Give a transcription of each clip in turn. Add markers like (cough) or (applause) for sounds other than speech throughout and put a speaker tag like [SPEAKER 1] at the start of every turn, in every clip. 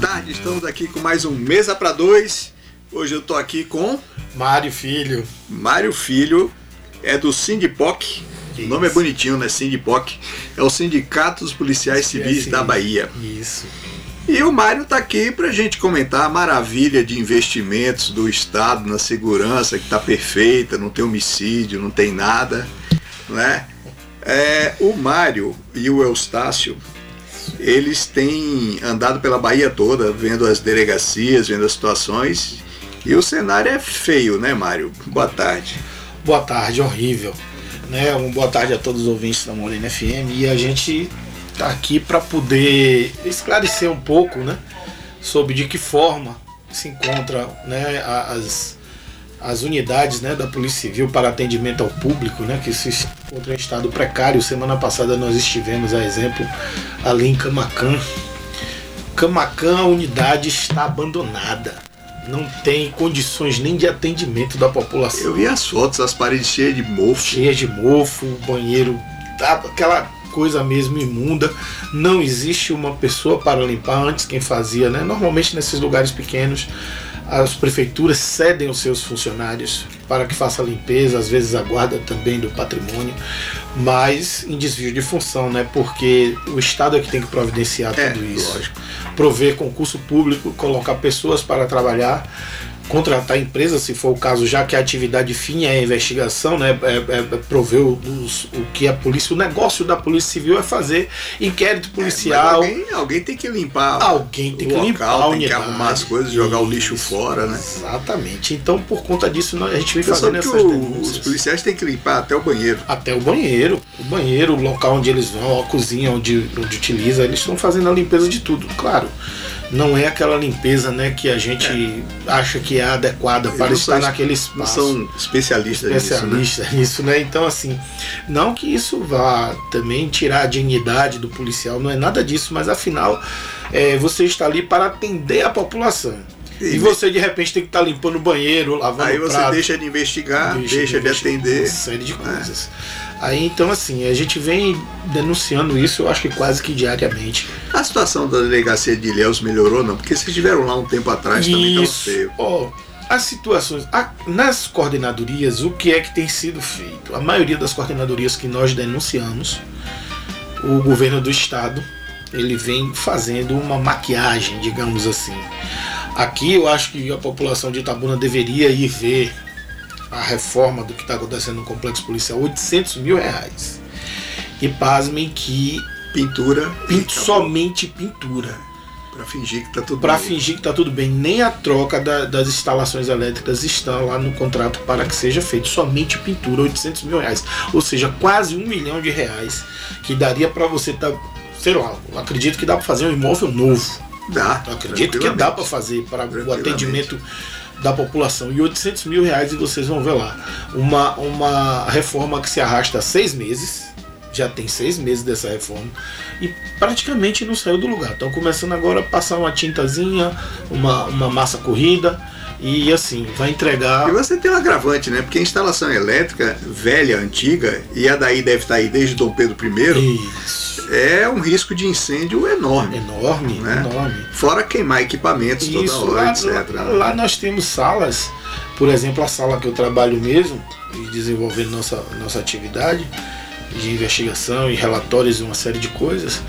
[SPEAKER 1] tarde, estamos aqui com mais um Mesa para Dois. Hoje eu estou aqui com
[SPEAKER 2] Mário Filho.
[SPEAKER 1] Mário Filho, é do Sindipok. O
[SPEAKER 2] Isso.
[SPEAKER 1] nome é bonitinho, né? Sindipok. É o Sindicato dos Policiais Civis
[SPEAKER 2] Esse-
[SPEAKER 1] da Bahia.
[SPEAKER 2] Isso.
[SPEAKER 1] E o Mário tá aqui pra gente comentar a maravilha de investimentos do Estado na segurança, que tá perfeita, não tem homicídio, não tem nada, né? É, o Mário e o Eustácio, eles têm andado pela Bahia toda, vendo as delegacias, vendo as situações, e o cenário é feio, né, Mário? Boa tarde.
[SPEAKER 2] Boa tarde, horrível. Né? Uma boa tarde a todos os ouvintes da Molina FM. E a gente tá aqui para poder esclarecer um pouco, né? Sobre de que forma se encontram né, a- as, as unidades né, da Polícia Civil para atendimento ao público, né? Que se encontra em estado precário. Semana passada nós estivemos, a exemplo, ali em Camacan. Camacan, a unidade está abandonada. Não tem condições nem de atendimento da população
[SPEAKER 1] Eu vi as fotos, as paredes cheias de mofo.
[SPEAKER 2] cheia de mofo, o banheiro, tá, aquela coisa mesmo imunda. Não existe uma pessoa para limpar antes quem fazia, né? Normalmente nesses lugares pequenos as prefeituras cedem os seus funcionários para que faça a limpeza, às vezes a guarda também do patrimônio, mas em desvio de função, né? Porque o Estado é que tem que providenciar
[SPEAKER 1] É,
[SPEAKER 2] tudo isso
[SPEAKER 1] lógico.
[SPEAKER 2] prover concurso público, colocar pessoas para trabalhar, contratar empresas, se for o caso, já que a atividade fim é a investigação, né? É, é- é prover o- os- o que a polícia, o negócio da polícia civil é fazer inquérito
[SPEAKER 1] É, Mas
[SPEAKER 2] policial.
[SPEAKER 1] Alguém, alguém tem que limpar.
[SPEAKER 2] Alguém tem que
[SPEAKER 1] local,
[SPEAKER 2] limpar a
[SPEAKER 1] tem que
[SPEAKER 2] unidade.
[SPEAKER 1] arrumar as coisas, jogar o lixo fora, né?
[SPEAKER 2] Exatamente. Então, por conta disso, nós- a gente vem
[SPEAKER 1] Eu soube
[SPEAKER 2] fazendo
[SPEAKER 1] que
[SPEAKER 2] essas
[SPEAKER 1] o- os
[SPEAKER 2] denúncias.
[SPEAKER 1] policiais têm que limpar até o banheiro.
[SPEAKER 2] Até o banheiro. O banheiro, o local onde eles vão, a cozinha onde, onde utiliza, eles estão fazendo a limpeza de tudo, claro. Não é aquela limpeza né, que a gente acha que é adequada
[SPEAKER 1] Eles
[SPEAKER 2] para
[SPEAKER 1] não
[SPEAKER 2] estar
[SPEAKER 1] são-
[SPEAKER 2] naquele
[SPEAKER 1] Não
[SPEAKER 2] espaço. é
[SPEAKER 1] são especialistas nisso, né?
[SPEAKER 2] especialista nisso, né? Então, assim, não que isso vá também tirar a dignidade do policial, não é nada disso, mas afinal, é, você está ali para atender a população. E,
[SPEAKER 1] E
[SPEAKER 2] você, de repente, tem que estar limpando o banheiro, lavando
[SPEAKER 1] Aí
[SPEAKER 2] o
[SPEAKER 1] você
[SPEAKER 2] prato,
[SPEAKER 1] deixa de investigar, deixa, de
[SPEAKER 2] investir, Uma
[SPEAKER 1] atender.
[SPEAKER 2] série de coisas. Aí então assim, a gente vem denunciando isso, eu acho que quase que diariamente.
[SPEAKER 1] A situação da delegacia de Ilhéus melhorou, não? Porque vocês estiveram lá um tempo atrás também, tava
[SPEAKER 2] isso.
[SPEAKER 1] feio.
[SPEAKER 2] tá Ó, as situações. a- nas coordenadorias, o que é que tem sido feito? A maioria das coordenadorias que nós denunciamos, o governo do estado, ele vem fazendo uma maquiagem, digamos assim. Aqui eu acho que a população de Itabuna deveria ir ver a reforma do que está acontecendo no complexo policial, 800 mil reais. E pasmem que
[SPEAKER 1] Pintura.
[SPEAKER 2] pin-
[SPEAKER 1] e acabou,
[SPEAKER 2] somente pintura
[SPEAKER 1] Pra fingir que tá tudo
[SPEAKER 2] para
[SPEAKER 1] bem.
[SPEAKER 2] fingir que está tudo bem. Nem a troca da- das instalações elétricas está lá no contrato para que seja feito. Somente pintura, 800 mil reais. Ou seja, quase um milhão de reais que daria para você tá, sei lá, eu acredito que dá para fazer um imóvel novo.
[SPEAKER 1] Dá.
[SPEAKER 2] Eu acredito que dá para
[SPEAKER 1] tranquilamente.
[SPEAKER 2] fazer para o
[SPEAKER 1] Tranquilamente.
[SPEAKER 2] atendimento da população. E 800 mil reais e vocês vão ver lá. Uma, uma reforma que se arrasta há seis meses. Já tem seis meses dessa reforma e praticamente não saiu do lugar. Estão começando agora a passar uma tintazinha, uma, uma massa corrida e assim, vai entregar.
[SPEAKER 1] E você tem um agravante, né? Porque a instalação elétrica velha, antiga, e a daí deve estar aí desde Dom Pedro I,
[SPEAKER 2] Isso.
[SPEAKER 1] é um risco de incêndio enorme.
[SPEAKER 2] Enorme,
[SPEAKER 1] Né?
[SPEAKER 2] enorme.
[SPEAKER 1] Fora queimar equipamentos
[SPEAKER 2] Isso,
[SPEAKER 1] toda hora, né?
[SPEAKER 2] lá,
[SPEAKER 1] etc.
[SPEAKER 2] lá- lá nós temos salas, por exemplo, a sala que eu trabalho mesmo, e desenvolvendo nossa, nossa atividade de investigação e relatórios e uma série de coisas.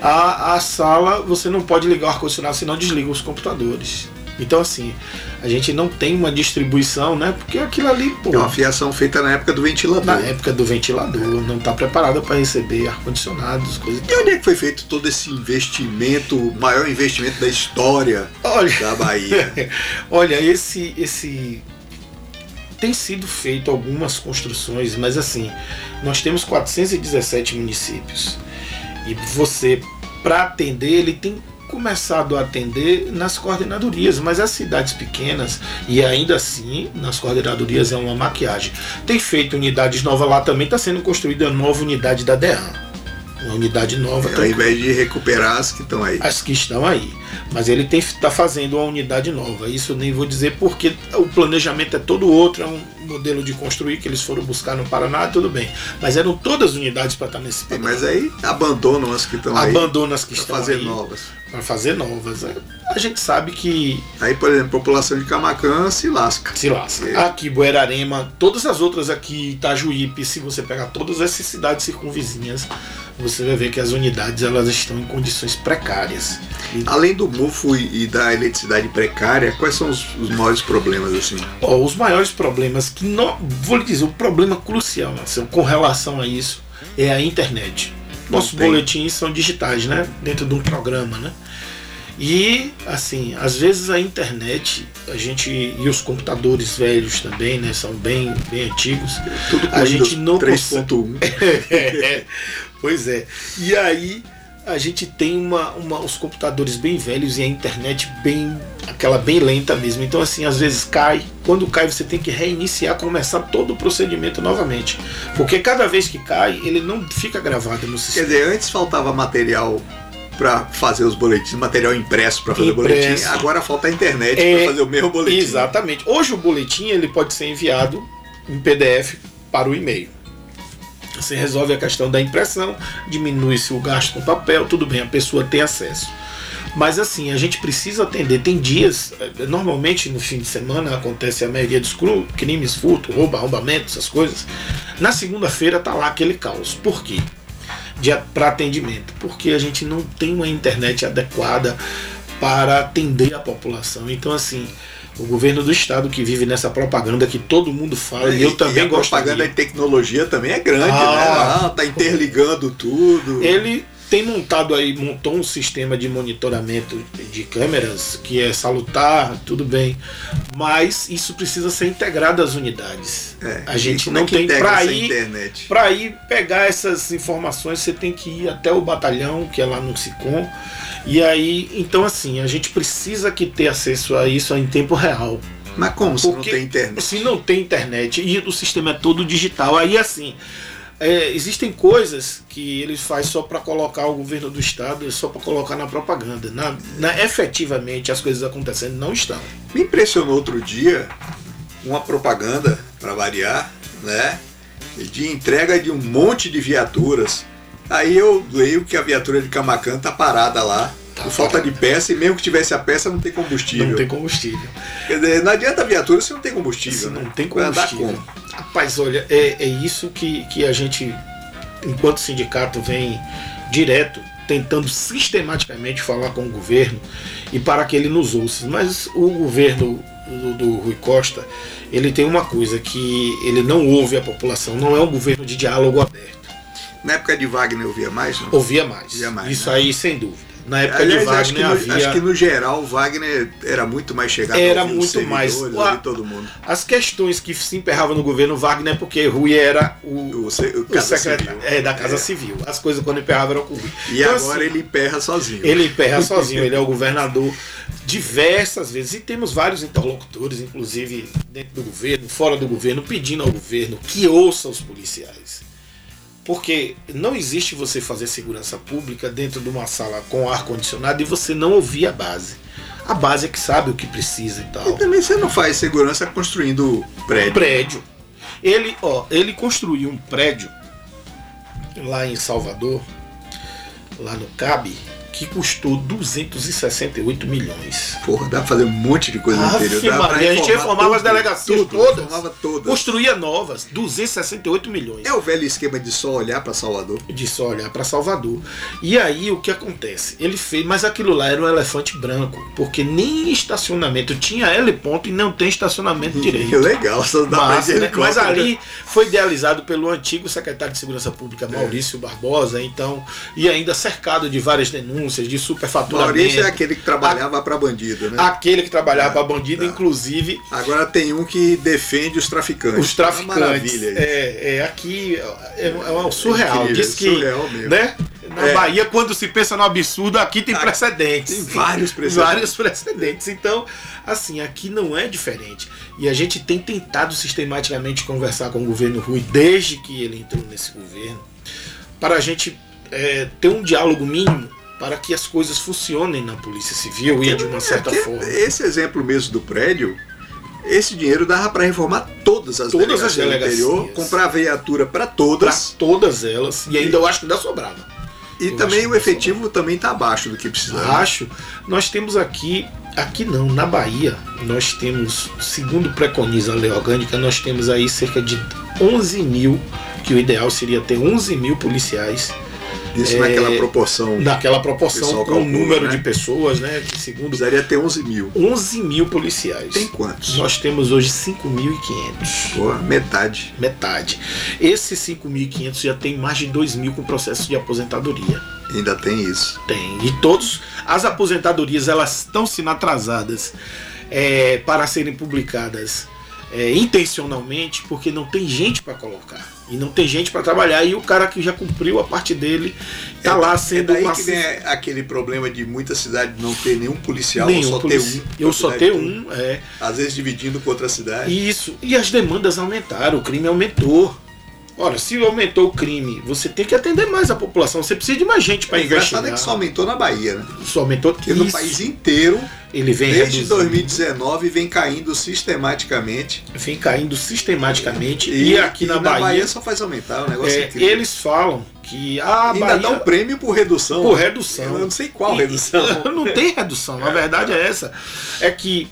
[SPEAKER 2] A, a sala, você não pode ligar o ar-condicionado, senão desliga os computadores. Então, assim, a gente não tem uma distribuição, né? Porque aquilo ali, pô,
[SPEAKER 1] É uma fiação feita na época do ventilador.
[SPEAKER 2] na época do ventilador, não está preparada para receber ar-condicionados, coisas.
[SPEAKER 1] E onde é que foi feito todo esse investimento, o maior investimento da história
[SPEAKER 2] Olha, (laughs)
[SPEAKER 1] da Bahia?
[SPEAKER 2] Olha, esse esse tem sido feito algumas construções, mas assim, nós temos 417 municípios. E você para atender, ele tem começado a atender nas coordenadorias, mas as cidades pequenas e ainda assim nas coordenadorias é uma tá maquiagem. Tem feito unidades novas lá também, está sendo construída a nova unidade da DEAN. uma unidade nova.
[SPEAKER 1] Ao invés de recuperar as que estão aí.
[SPEAKER 2] as que estão aí. Mas ele está fazendo uma unidade nova. Isso eu nem vou dizer porque o planejamento é todo outro, é um modelo de construir que eles foram buscar no Paraná, tudo bem. Mas eram todas as unidades para estar nesse
[SPEAKER 1] É, mas aí abandonam as que estão aí.
[SPEAKER 2] Abandona as que
[SPEAKER 1] Pra
[SPEAKER 2] estão
[SPEAKER 1] fazer
[SPEAKER 2] aí
[SPEAKER 1] novas.
[SPEAKER 2] para fazer novas. É, A gente sabe que
[SPEAKER 1] Aí, por exemplo, a população de Camacan se lasca.
[SPEAKER 2] se lasca.
[SPEAKER 1] É.
[SPEAKER 2] Aqui, Boerarema, todas as outras aqui, Itajuípe, se você pegar todas essas cidades circunvizinhas, você vai ver que as unidades elas estão em condições precárias. E
[SPEAKER 1] Além do mofo e e da eletricidade precária, quais são os, os maiores problemas assim?
[SPEAKER 2] Ó, os maiores problemas que não. Vou lhe dizer, o problema crucial, Marcelo, com relação a isso, é a internet. Nossos
[SPEAKER 1] Não tem.
[SPEAKER 2] boletins são digitais, né? Dentro de um programa, né? E, assim, às vezes a internet, a gente. E os computadores velhos também, né? São bem, bem antigos.
[SPEAKER 1] Tudo com
[SPEAKER 2] A gente não
[SPEAKER 1] Windows 3.1.
[SPEAKER 2] É, pois é. E aí a gente tem uma, uma- os computadores bem velhos e a internet bem aquela bem lenta mesmo. Então assim, às vezes cai. Quando cai, você tem que reiniciar, começar todo o procedimento novamente, porque cada vez que cai, ele não fica gravado no
[SPEAKER 1] Quer
[SPEAKER 2] sistema.
[SPEAKER 1] dizer, antes faltava material para fazer os boletins, material impresso para fazer o boletim.
[SPEAKER 2] Impresso.
[SPEAKER 1] Agora falta a internet
[SPEAKER 2] É,
[SPEAKER 1] para fazer o mesmo boletim. né?
[SPEAKER 2] Exatamente. Hoje o boletim ele pode ser enviado em PDF para o e-mail. Você resolve a questão da impressão, diminui-se o gasto com papel, tudo bem, a pessoa tem acesso. Mas assim, a gente precisa atender. Tem dias, eh, normalmente no fim de semana acontece a maioria dos cru- crimes, furto, roubo, arrombamento, essas coisas. Na segunda-feira tá lá aquele caos. Por quê? Para atendimento. Porque a gente não tem uma internet adequada para atender a população. Então, assim, o governo do estado que vive nessa propaganda que todo mundo fala, e, eu também
[SPEAKER 1] É, e a
[SPEAKER 2] gosto.
[SPEAKER 1] propaganda de tecnologia também é grande,
[SPEAKER 2] Ah. É,
[SPEAKER 1] né? Ah, tá interligando tudo.
[SPEAKER 2] Ele tem montado aí, montou um sistema de monitoramento de câmeras que é salutar, tudo bem, mas isso precisa ser integrado às unidades.
[SPEAKER 1] É,
[SPEAKER 2] a gente
[SPEAKER 1] e como
[SPEAKER 2] não
[SPEAKER 1] é que
[SPEAKER 2] tem
[SPEAKER 1] integra
[SPEAKER 2] pra
[SPEAKER 1] essa
[SPEAKER 2] ir-
[SPEAKER 1] internet.
[SPEAKER 2] Para ir pegar essas informações, você tem que ir até o batalhão, que é lá no SICOM. E aí, então assim, a gente precisa que ter acesso a isso em tempo real.
[SPEAKER 1] Mas como se não
[SPEAKER 2] Porque-
[SPEAKER 1] tem internet?
[SPEAKER 2] Se não tem internet e o sistema é todo digital, aí assim. é, existem coisas que eles faz só para colocar o governo do estado, só para colocar na propaganda. Na, na- efetivamente as coisas acontecendo não estão.
[SPEAKER 1] Me impressionou outro dia uma propaganda, para variar, né? De entrega de um monte de viaturas. Aí eu leio que a viatura de Camacan tá parada lá.
[SPEAKER 2] Tá
[SPEAKER 1] por falta de peça, e mesmo que tivesse a peça, não tem combustível.
[SPEAKER 2] Não tem combustível.
[SPEAKER 1] Quer dizer, não adianta a viatura se não tem combustível.
[SPEAKER 2] Se
[SPEAKER 1] né?
[SPEAKER 2] não tem
[SPEAKER 1] Vai andar
[SPEAKER 2] combustível.
[SPEAKER 1] como?
[SPEAKER 2] Rapaz, olha, é, é isso que, que a gente, enquanto sindicato, vem direto tentando sistematicamente falar com o governo e para que ele nos ouça. Mas o governo do, do Rui Costa, ele tem uma coisa que ele não ouve a população, não é um governo de diálogo aberto.
[SPEAKER 1] Na época de Wagner eu via mais, não?
[SPEAKER 2] Ouvia mais.
[SPEAKER 1] Ouvia mais,
[SPEAKER 2] isso
[SPEAKER 1] né?
[SPEAKER 2] aí, sem dúvida. Na época
[SPEAKER 1] Aliás,
[SPEAKER 2] de
[SPEAKER 1] acho, que
[SPEAKER 2] Wagner
[SPEAKER 1] no,
[SPEAKER 2] havia...
[SPEAKER 1] acho que no geral Wagner era muito mais chegado
[SPEAKER 2] Era
[SPEAKER 1] ao fim dos
[SPEAKER 2] muito mais.
[SPEAKER 1] servidores,
[SPEAKER 2] Uá.
[SPEAKER 1] ouvir todo mundo.
[SPEAKER 2] As questões que se emperravam no governo Wagner, porque Rui era o,
[SPEAKER 1] O, se- o
[SPEAKER 2] O
[SPEAKER 1] Casa
[SPEAKER 2] secretário
[SPEAKER 1] Civil.
[SPEAKER 2] é da Casa
[SPEAKER 1] É.
[SPEAKER 2] Civil. As coisas quando emperrava eram com o Rui.
[SPEAKER 1] E
[SPEAKER 2] Então,
[SPEAKER 1] agora
[SPEAKER 2] assim,
[SPEAKER 1] ele emperra sozinho.
[SPEAKER 2] ele emperra sozinho, ele é o governador diversas vezes. E temos vários interlocutores, inclusive dentro do governo, fora do governo, pedindo ao governo que ouça os policiais. Porque não existe você fazer segurança pública dentro de uma sala com ar-condicionado e você não ouvir a base. A base é que sabe o que precisa e
[SPEAKER 1] E
[SPEAKER 2] tal.
[SPEAKER 1] também você não faz segurança construindo prédio.
[SPEAKER 2] prédio. Ele, ó, ele construiu um prédio lá em Salvador, lá no CAB, que custou 268 milhões.
[SPEAKER 1] Porra, dá pra fazer um monte de coisa no
[SPEAKER 2] Aff,
[SPEAKER 1] interior. Dá pra
[SPEAKER 2] Maria, a gente
[SPEAKER 1] reformar
[SPEAKER 2] reformava
[SPEAKER 1] tudo,
[SPEAKER 2] as delegacias
[SPEAKER 1] tudo,
[SPEAKER 2] todas.
[SPEAKER 1] Reformava todas.
[SPEAKER 2] Construía novas, 268 milhões.
[SPEAKER 1] É o velho esquema de só olhar pra Salvador.
[SPEAKER 2] de só olhar para Salvador. E aí o que acontece? Ele fez, mas aquilo lá era um elefante branco, porque nem estacionamento tinha L ponto e não tem
[SPEAKER 1] Uhum.
[SPEAKER 2] estacionamento direito.
[SPEAKER 1] (laughs) Legal, só dá pra é ir de
[SPEAKER 2] Massa, né?
[SPEAKER 1] helicóptero.
[SPEAKER 2] Mas ali foi idealizado pelo antigo secretário de Segurança Pública,
[SPEAKER 1] É.
[SPEAKER 2] Maurício Barbosa, então, e ainda cercado de várias denúncias de superfaturamento.
[SPEAKER 1] Maurício é aquele que trabalhava pra bandido, né?
[SPEAKER 2] Aquele que trabalhava para bandido,
[SPEAKER 1] tá.
[SPEAKER 2] inclusive
[SPEAKER 1] Agora tem um que defende os traficantes.
[SPEAKER 2] os traficantes.
[SPEAKER 1] Uma maravilha. isso.
[SPEAKER 2] é, é, aqui é, é, um surreal.
[SPEAKER 1] Incrível,
[SPEAKER 2] Diz que,
[SPEAKER 1] surreal mesmo.
[SPEAKER 2] né? Na
[SPEAKER 1] É.
[SPEAKER 2] Bahia, quando se pensa no absurdo, aqui tem
[SPEAKER 1] Aqui
[SPEAKER 2] precedentes.
[SPEAKER 1] Tem vários precedentes.
[SPEAKER 2] Vários precedentes. Então, assim, aqui não é diferente. E a gente tem tentado sistematicamente conversar com o governo Rui desde que ele entrou nesse governo, para a gente é, ter um diálogo mínimo para que as coisas funcionem na Polícia Civil e de uma certa
[SPEAKER 1] Aqui,
[SPEAKER 2] forma.
[SPEAKER 1] Esse exemplo mesmo do prédio, esse dinheiro dava para reformar todas as
[SPEAKER 2] Todas as
[SPEAKER 1] delegacias do interior,
[SPEAKER 2] delegacias.
[SPEAKER 1] comprar viatura para
[SPEAKER 2] Para
[SPEAKER 1] todas
[SPEAKER 2] todas elas. E ainda eu acho que ainda sobrava.
[SPEAKER 1] e
[SPEAKER 2] eu
[SPEAKER 1] também
[SPEAKER 2] acho
[SPEAKER 1] o
[SPEAKER 2] que
[SPEAKER 1] efetivo também está abaixo do que precisava.
[SPEAKER 2] Acho. Nós temos aqui, aqui não, na Bahia, nós temos, segundo preconiza a lei orgânica, nós temos aí cerca de 11 mil, que o ideal seria ter 11 mil policiais Ah,
[SPEAKER 1] Isso naquela
[SPEAKER 2] é.
[SPEAKER 1] proporção.
[SPEAKER 2] naquela
[SPEAKER 1] Pessoal
[SPEAKER 2] proporção com o
[SPEAKER 1] calcula,
[SPEAKER 2] número
[SPEAKER 1] né?
[SPEAKER 2] de pessoas, né? Que segundo
[SPEAKER 1] Precisaria ter 11 mil.
[SPEAKER 2] 11 mil policiais.
[SPEAKER 1] Tem quantos?
[SPEAKER 2] Nós temos hoje 5.500.
[SPEAKER 1] Boa, metade.
[SPEAKER 2] Metade. Esses 5.500 já tem mais de 2 mil com processo de aposentadoria.
[SPEAKER 1] Ainda tem isso.
[SPEAKER 2] Tem. E todos as aposentadorias elas estão sendo atrasadas é, para serem publicadas é, intencionalmente, porque não tem gente para colocar e não tem gente para trabalhar e o cara que já cumpriu a parte dele tá
[SPEAKER 1] É-
[SPEAKER 2] lá sendo
[SPEAKER 1] Daí
[SPEAKER 2] uma
[SPEAKER 1] que vem aquele problema de muita cidade não ter nenhum policial,
[SPEAKER 2] Nenhum
[SPEAKER 1] ou só
[SPEAKER 2] polici-
[SPEAKER 1] ter um.
[SPEAKER 2] Eu só ter um, é.
[SPEAKER 1] Às vezes dividindo com outra cidade.
[SPEAKER 2] E isso. E as demandas aumentaram, o crime aumentou. Ora, se aumentou o crime, você tem que atender mais a população. Você precisa de mais gente para
[SPEAKER 1] o engraçado
[SPEAKER 2] investigar.
[SPEAKER 1] é que só aumentou na Bahia, né?
[SPEAKER 2] Só aumentou
[SPEAKER 1] Porque no
[SPEAKER 2] isso.
[SPEAKER 1] país inteiro
[SPEAKER 2] Ele vem
[SPEAKER 1] Desde
[SPEAKER 2] reduzindo,
[SPEAKER 1] 2019 vem caindo sistematicamente.
[SPEAKER 2] vem caindo sistematicamente. E, aqui na, Bahia,
[SPEAKER 1] só faz aumentar o negócio.
[SPEAKER 2] é,
[SPEAKER 1] incrível.
[SPEAKER 2] eles falam que ah, a
[SPEAKER 1] Ainda
[SPEAKER 2] Bahia
[SPEAKER 1] dá um né? prêmio por redução.
[SPEAKER 2] por
[SPEAKER 1] Eu
[SPEAKER 2] redução.
[SPEAKER 1] não sei
[SPEAKER 2] (laughs)
[SPEAKER 1] qual redução.
[SPEAKER 2] Não tem redução, a verdade é essa. É que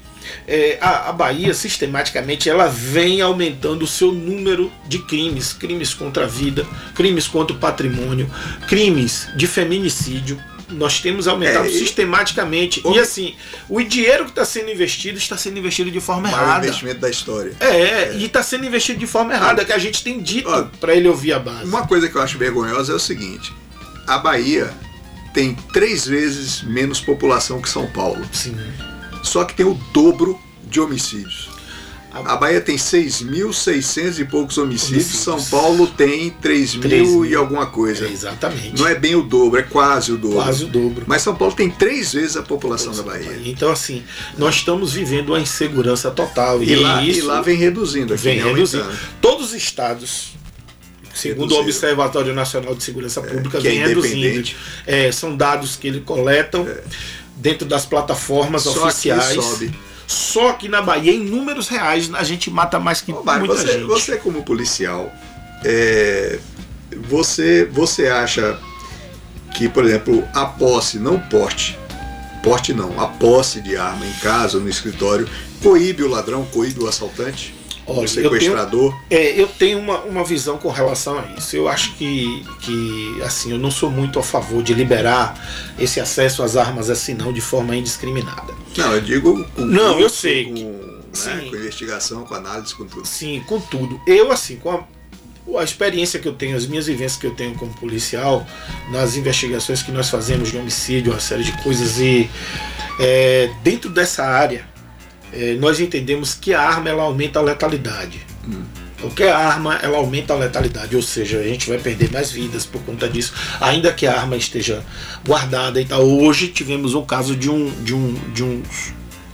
[SPEAKER 2] é, a, a Bahia, sistematicamente, ela vem aumentando o seu número de crimes. Crimes contra a vida, crimes contra o patrimônio, crimes de feminicídio. Nós temos aumentado
[SPEAKER 1] É, e-
[SPEAKER 2] sistematicamente.
[SPEAKER 1] Ô,
[SPEAKER 2] E assim, o dinheiro que está sendo investido está sendo investido de forma
[SPEAKER 1] Maior
[SPEAKER 2] errada.
[SPEAKER 1] é investimento da história.
[SPEAKER 2] É, e está sendo investido de forma errada, que a gente tem dito
[SPEAKER 1] Ó,
[SPEAKER 2] para ele ouvir a base.
[SPEAKER 1] Uma coisa que eu acho vergonhosa é o seguinte: a Bahia tem três vezes menos população que São Paulo,
[SPEAKER 2] Sim.
[SPEAKER 1] só que tem o dobro de homicídios.
[SPEAKER 2] A-
[SPEAKER 1] A Bahia tem 6.600 e poucos homicídios,
[SPEAKER 2] Homicídios.
[SPEAKER 1] São Paulo tem 3.000
[SPEAKER 2] 3.000.
[SPEAKER 1] e alguma coisa.
[SPEAKER 2] exatamente.
[SPEAKER 1] Não é bem o dobro, é quase o dobro.
[SPEAKER 2] Quase o dobro.
[SPEAKER 1] Mas São Paulo tem três vezes a população da Bahia.
[SPEAKER 2] Então, assim, nós estamos vivendo uma insegurança total.
[SPEAKER 1] E, lá, e
[SPEAKER 2] isso
[SPEAKER 1] lá vem reduzindo. Aqui
[SPEAKER 2] vem
[SPEAKER 1] né,
[SPEAKER 2] reduzindo.
[SPEAKER 1] aumentando.
[SPEAKER 2] Todos os estados, segundo o
[SPEAKER 1] Reduziram.
[SPEAKER 2] Observatório Nacional de Segurança Pública,
[SPEAKER 1] que é
[SPEAKER 2] vem reduzindo.
[SPEAKER 1] independente. É.
[SPEAKER 2] É, são dados que eles coletam dentro das plataformas
[SPEAKER 1] Só aqui
[SPEAKER 2] oficiais.
[SPEAKER 1] sobe.
[SPEAKER 2] Só que na Bahia, em números reais, a gente mata mais que
[SPEAKER 1] Ô, Mário,
[SPEAKER 2] muita
[SPEAKER 1] você,
[SPEAKER 2] gente.
[SPEAKER 1] você como policial, é, você, você acha que, por exemplo, a posse, não porte, porte não, a posse de arma em casa, no escritório, coíbe o ladrão, coíbe o assaltante, o
[SPEAKER 2] Olha, eu tenho
[SPEAKER 1] é sequestrador?
[SPEAKER 2] É, eu tenho uma, uma visão com relação a isso. Eu acho que, que, assim, eu não sou muito a favor de liberar esse acesso às armas assim, não, de forma indiscriminada.
[SPEAKER 1] Não, eu digo com.
[SPEAKER 2] Não,
[SPEAKER 1] com-
[SPEAKER 2] eu sei
[SPEAKER 1] Com,
[SPEAKER 2] que-
[SPEAKER 1] né,
[SPEAKER 2] sim.
[SPEAKER 1] com investigação, com análise, com tudo.
[SPEAKER 2] Sim, contudo, eu, assim, com a, a experiência que eu tenho, as minhas vivências que eu tenho como policial, nas investigações que nós fazemos de homicídio, uma série de coisas, e é, dentro dessa área, é, nós entendemos que a arma ela aumenta a letalidade.
[SPEAKER 1] Hum.
[SPEAKER 2] Qualquer arma, ela aumenta a letalidade, ou seja, a gente vai perder mais vidas por conta disso, ainda que a arma esteja guardada e tal. Hoje tivemos um caso de um. De um, de um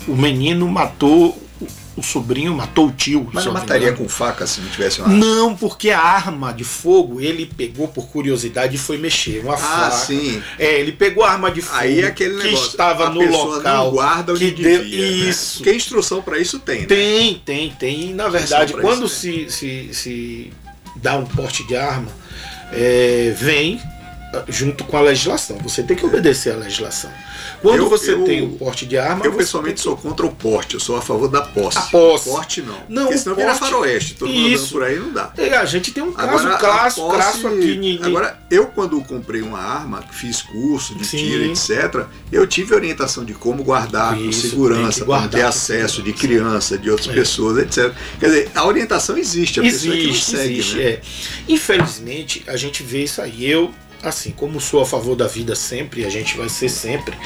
[SPEAKER 2] o menino matou o- o sobrinho, matou o tio.
[SPEAKER 1] Mas
[SPEAKER 2] se eu não é. me
[SPEAKER 1] mataria
[SPEAKER 2] engano.
[SPEAKER 1] com faca se não tivesse uma
[SPEAKER 2] Não, porque a arma de fogo ele pegou por curiosidade e foi mexer. Uma
[SPEAKER 1] Ah,
[SPEAKER 2] faca.
[SPEAKER 1] sim.
[SPEAKER 2] É, ele pegou a arma de fogo
[SPEAKER 1] Aí é aquele
[SPEAKER 2] que
[SPEAKER 1] negócio.
[SPEAKER 2] estava
[SPEAKER 1] a
[SPEAKER 2] no
[SPEAKER 1] pessoa
[SPEAKER 2] local.
[SPEAKER 1] Não guarda onde
[SPEAKER 2] que deu-
[SPEAKER 1] devia,
[SPEAKER 2] Isso.
[SPEAKER 1] Né? Porque instrução para isso tem, né?
[SPEAKER 2] Tem, tem, tem. E na verdade,
[SPEAKER 1] pra
[SPEAKER 2] quando
[SPEAKER 1] isso,
[SPEAKER 2] se, se, se dá um porte de arma, é, vem ah, junto com a legislação. Você tem que obedecer à legislação. Quando
[SPEAKER 1] Eu-
[SPEAKER 2] você
[SPEAKER 1] eu-
[SPEAKER 2] tem o porte de arma,
[SPEAKER 1] Eu
[SPEAKER 2] você
[SPEAKER 1] pessoalmente
[SPEAKER 2] tem
[SPEAKER 1] sou contra o porte, eu sou a favor da posse.
[SPEAKER 2] A posse.
[SPEAKER 1] Porte não.
[SPEAKER 2] Não, o
[SPEAKER 1] Porque senão vira
[SPEAKER 2] porte-
[SPEAKER 1] faroeste, todo mundo andando
[SPEAKER 2] Isso.
[SPEAKER 1] por aí não dá.
[SPEAKER 2] que- É, a gente tem um caso
[SPEAKER 1] a
[SPEAKER 2] clássico,
[SPEAKER 1] posse-
[SPEAKER 2] clássico aqui. ni- ni-
[SPEAKER 1] Agora, eu quando comprei uma arma, fiz curso de
[SPEAKER 2] Sim.
[SPEAKER 1] tiro, etc., eu tive orientação de como guardar
[SPEAKER 2] Isso,
[SPEAKER 1] com
[SPEAKER 2] tem que
[SPEAKER 1] segurança, para não ter
[SPEAKER 2] guardar.
[SPEAKER 1] acesso de criança, de outras
[SPEAKER 2] É.
[SPEAKER 1] pessoas, etc. Quer dizer, a orientação existe, a pessoa é que não
[SPEAKER 2] existe,
[SPEAKER 1] segue,
[SPEAKER 2] existe.
[SPEAKER 1] né?
[SPEAKER 2] é. Infelizmente, a gente vê isso aí. Eu, assim, como sou a favor da vida sempre, a gente vai ser sempre,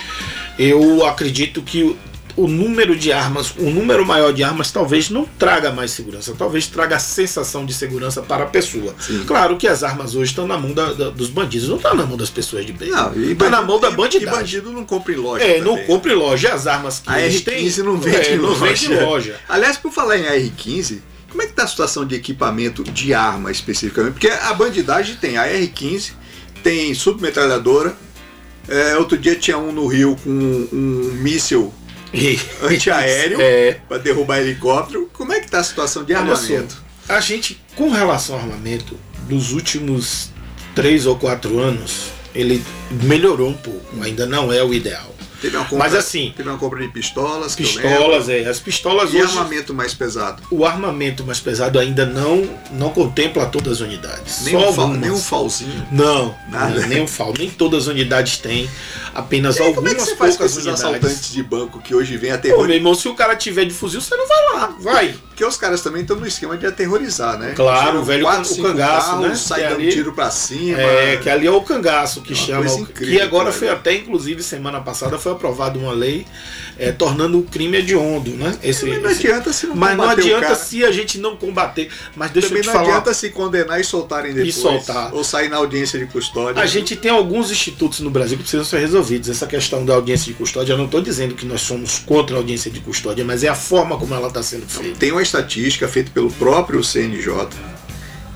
[SPEAKER 2] eu acredito que o, o número de armas, o número maior de armas, talvez não traga mais segurança, talvez traga a sensação de segurança para a pessoa.
[SPEAKER 1] Sim.
[SPEAKER 2] Claro que as armas hoje estão na mão da- da- dos bandidos, não estão na mão das pessoas de bem.
[SPEAKER 1] Não, e
[SPEAKER 2] Tá na mão da
[SPEAKER 1] e-
[SPEAKER 2] bandidagem.
[SPEAKER 1] E bandido não compra em loja.
[SPEAKER 2] É,
[SPEAKER 1] também,
[SPEAKER 2] não
[SPEAKER 1] né?
[SPEAKER 2] compre loja, as armas que
[SPEAKER 1] A
[SPEAKER 2] eles têm.
[SPEAKER 1] R15 não vende
[SPEAKER 2] é,
[SPEAKER 1] em
[SPEAKER 2] não vende
[SPEAKER 1] loja.
[SPEAKER 2] loja.
[SPEAKER 1] Aliás, por falar em AR-15, como é que tá a situação de equipamento de arma especificamente? Porque a bandidagem tem a R-15, tem submetralhadora. É, outro dia tinha um no Rio com um, um míssil antiaéreo
[SPEAKER 2] É.
[SPEAKER 1] para derrubar helicóptero. Como é que tá a situação de
[SPEAKER 2] Olha só,
[SPEAKER 1] armamento?
[SPEAKER 2] a gente, com relação ao armamento, dos últimos três ou quatro anos, ele melhorou um pouco. Ainda não é o ideal.
[SPEAKER 1] Teve uma compra,
[SPEAKER 2] Mas assim,
[SPEAKER 1] teve uma compra de pistolas, que eu lembro.
[SPEAKER 2] pistolas, é, as pistolas
[SPEAKER 1] e
[SPEAKER 2] hoje,
[SPEAKER 1] armamento mais pesado.
[SPEAKER 2] o armamento mais pesado ainda não não contempla todas as unidades.
[SPEAKER 1] Nem
[SPEAKER 2] só
[SPEAKER 1] um, fal,
[SPEAKER 2] algumas.
[SPEAKER 1] nem um falzinho.
[SPEAKER 2] Não,
[SPEAKER 1] Nada.
[SPEAKER 2] não, nem um fal. Nem todas as unidades têm. Apenas
[SPEAKER 1] E aí,
[SPEAKER 2] algumas
[SPEAKER 1] como é que você
[SPEAKER 2] poucas
[SPEAKER 1] faz com esses
[SPEAKER 2] unidades.
[SPEAKER 1] assaltantes de banco que hoje vêm
[SPEAKER 2] Pô,
[SPEAKER 1] aterrorizar?
[SPEAKER 2] meu irmão, se o cara tiver de fuzil, você não vai lá. Vai.
[SPEAKER 1] Porque os caras também estão no esquema de aterrorizar, né?
[SPEAKER 2] Claro,
[SPEAKER 1] Tiram
[SPEAKER 2] o velho
[SPEAKER 1] quatro,
[SPEAKER 2] o
[SPEAKER 1] cinco
[SPEAKER 2] cangaço,
[SPEAKER 1] carros,
[SPEAKER 2] né?
[SPEAKER 1] Sai
[SPEAKER 2] Que
[SPEAKER 1] dando
[SPEAKER 2] ali-
[SPEAKER 1] tiro pra cima.
[SPEAKER 2] É, que ali é o cangaço que
[SPEAKER 1] Uma
[SPEAKER 2] chama.
[SPEAKER 1] coisa
[SPEAKER 2] o-
[SPEAKER 1] incrível, tá
[SPEAKER 2] que agora
[SPEAKER 1] cara.
[SPEAKER 2] foi até, inclusive, semana passada foi aprovada uma lei é, tornando o crime hediondo, né? Esse,
[SPEAKER 1] Mas não
[SPEAKER 2] esse-
[SPEAKER 1] adianta se não
[SPEAKER 2] Mas não
[SPEAKER 1] combater o
[SPEAKER 2] adianta
[SPEAKER 1] cara.
[SPEAKER 2] se a gente não combater. Mas deixa
[SPEAKER 1] Também
[SPEAKER 2] eu te
[SPEAKER 1] não
[SPEAKER 2] falar.
[SPEAKER 1] adianta se condenar e soltarem depois.
[SPEAKER 2] soltar.
[SPEAKER 1] Ou sair na audiência de custódia.
[SPEAKER 2] A gente tem alguns institutos no Brasil que precisam ser resolvidos. Essa questão da audiência de custódia, eu não estou dizendo que nós somos contra a audiência de custódia, mas é a forma como ela está sendo feita.
[SPEAKER 1] Tem uma estatística feita pelo próprio CNJ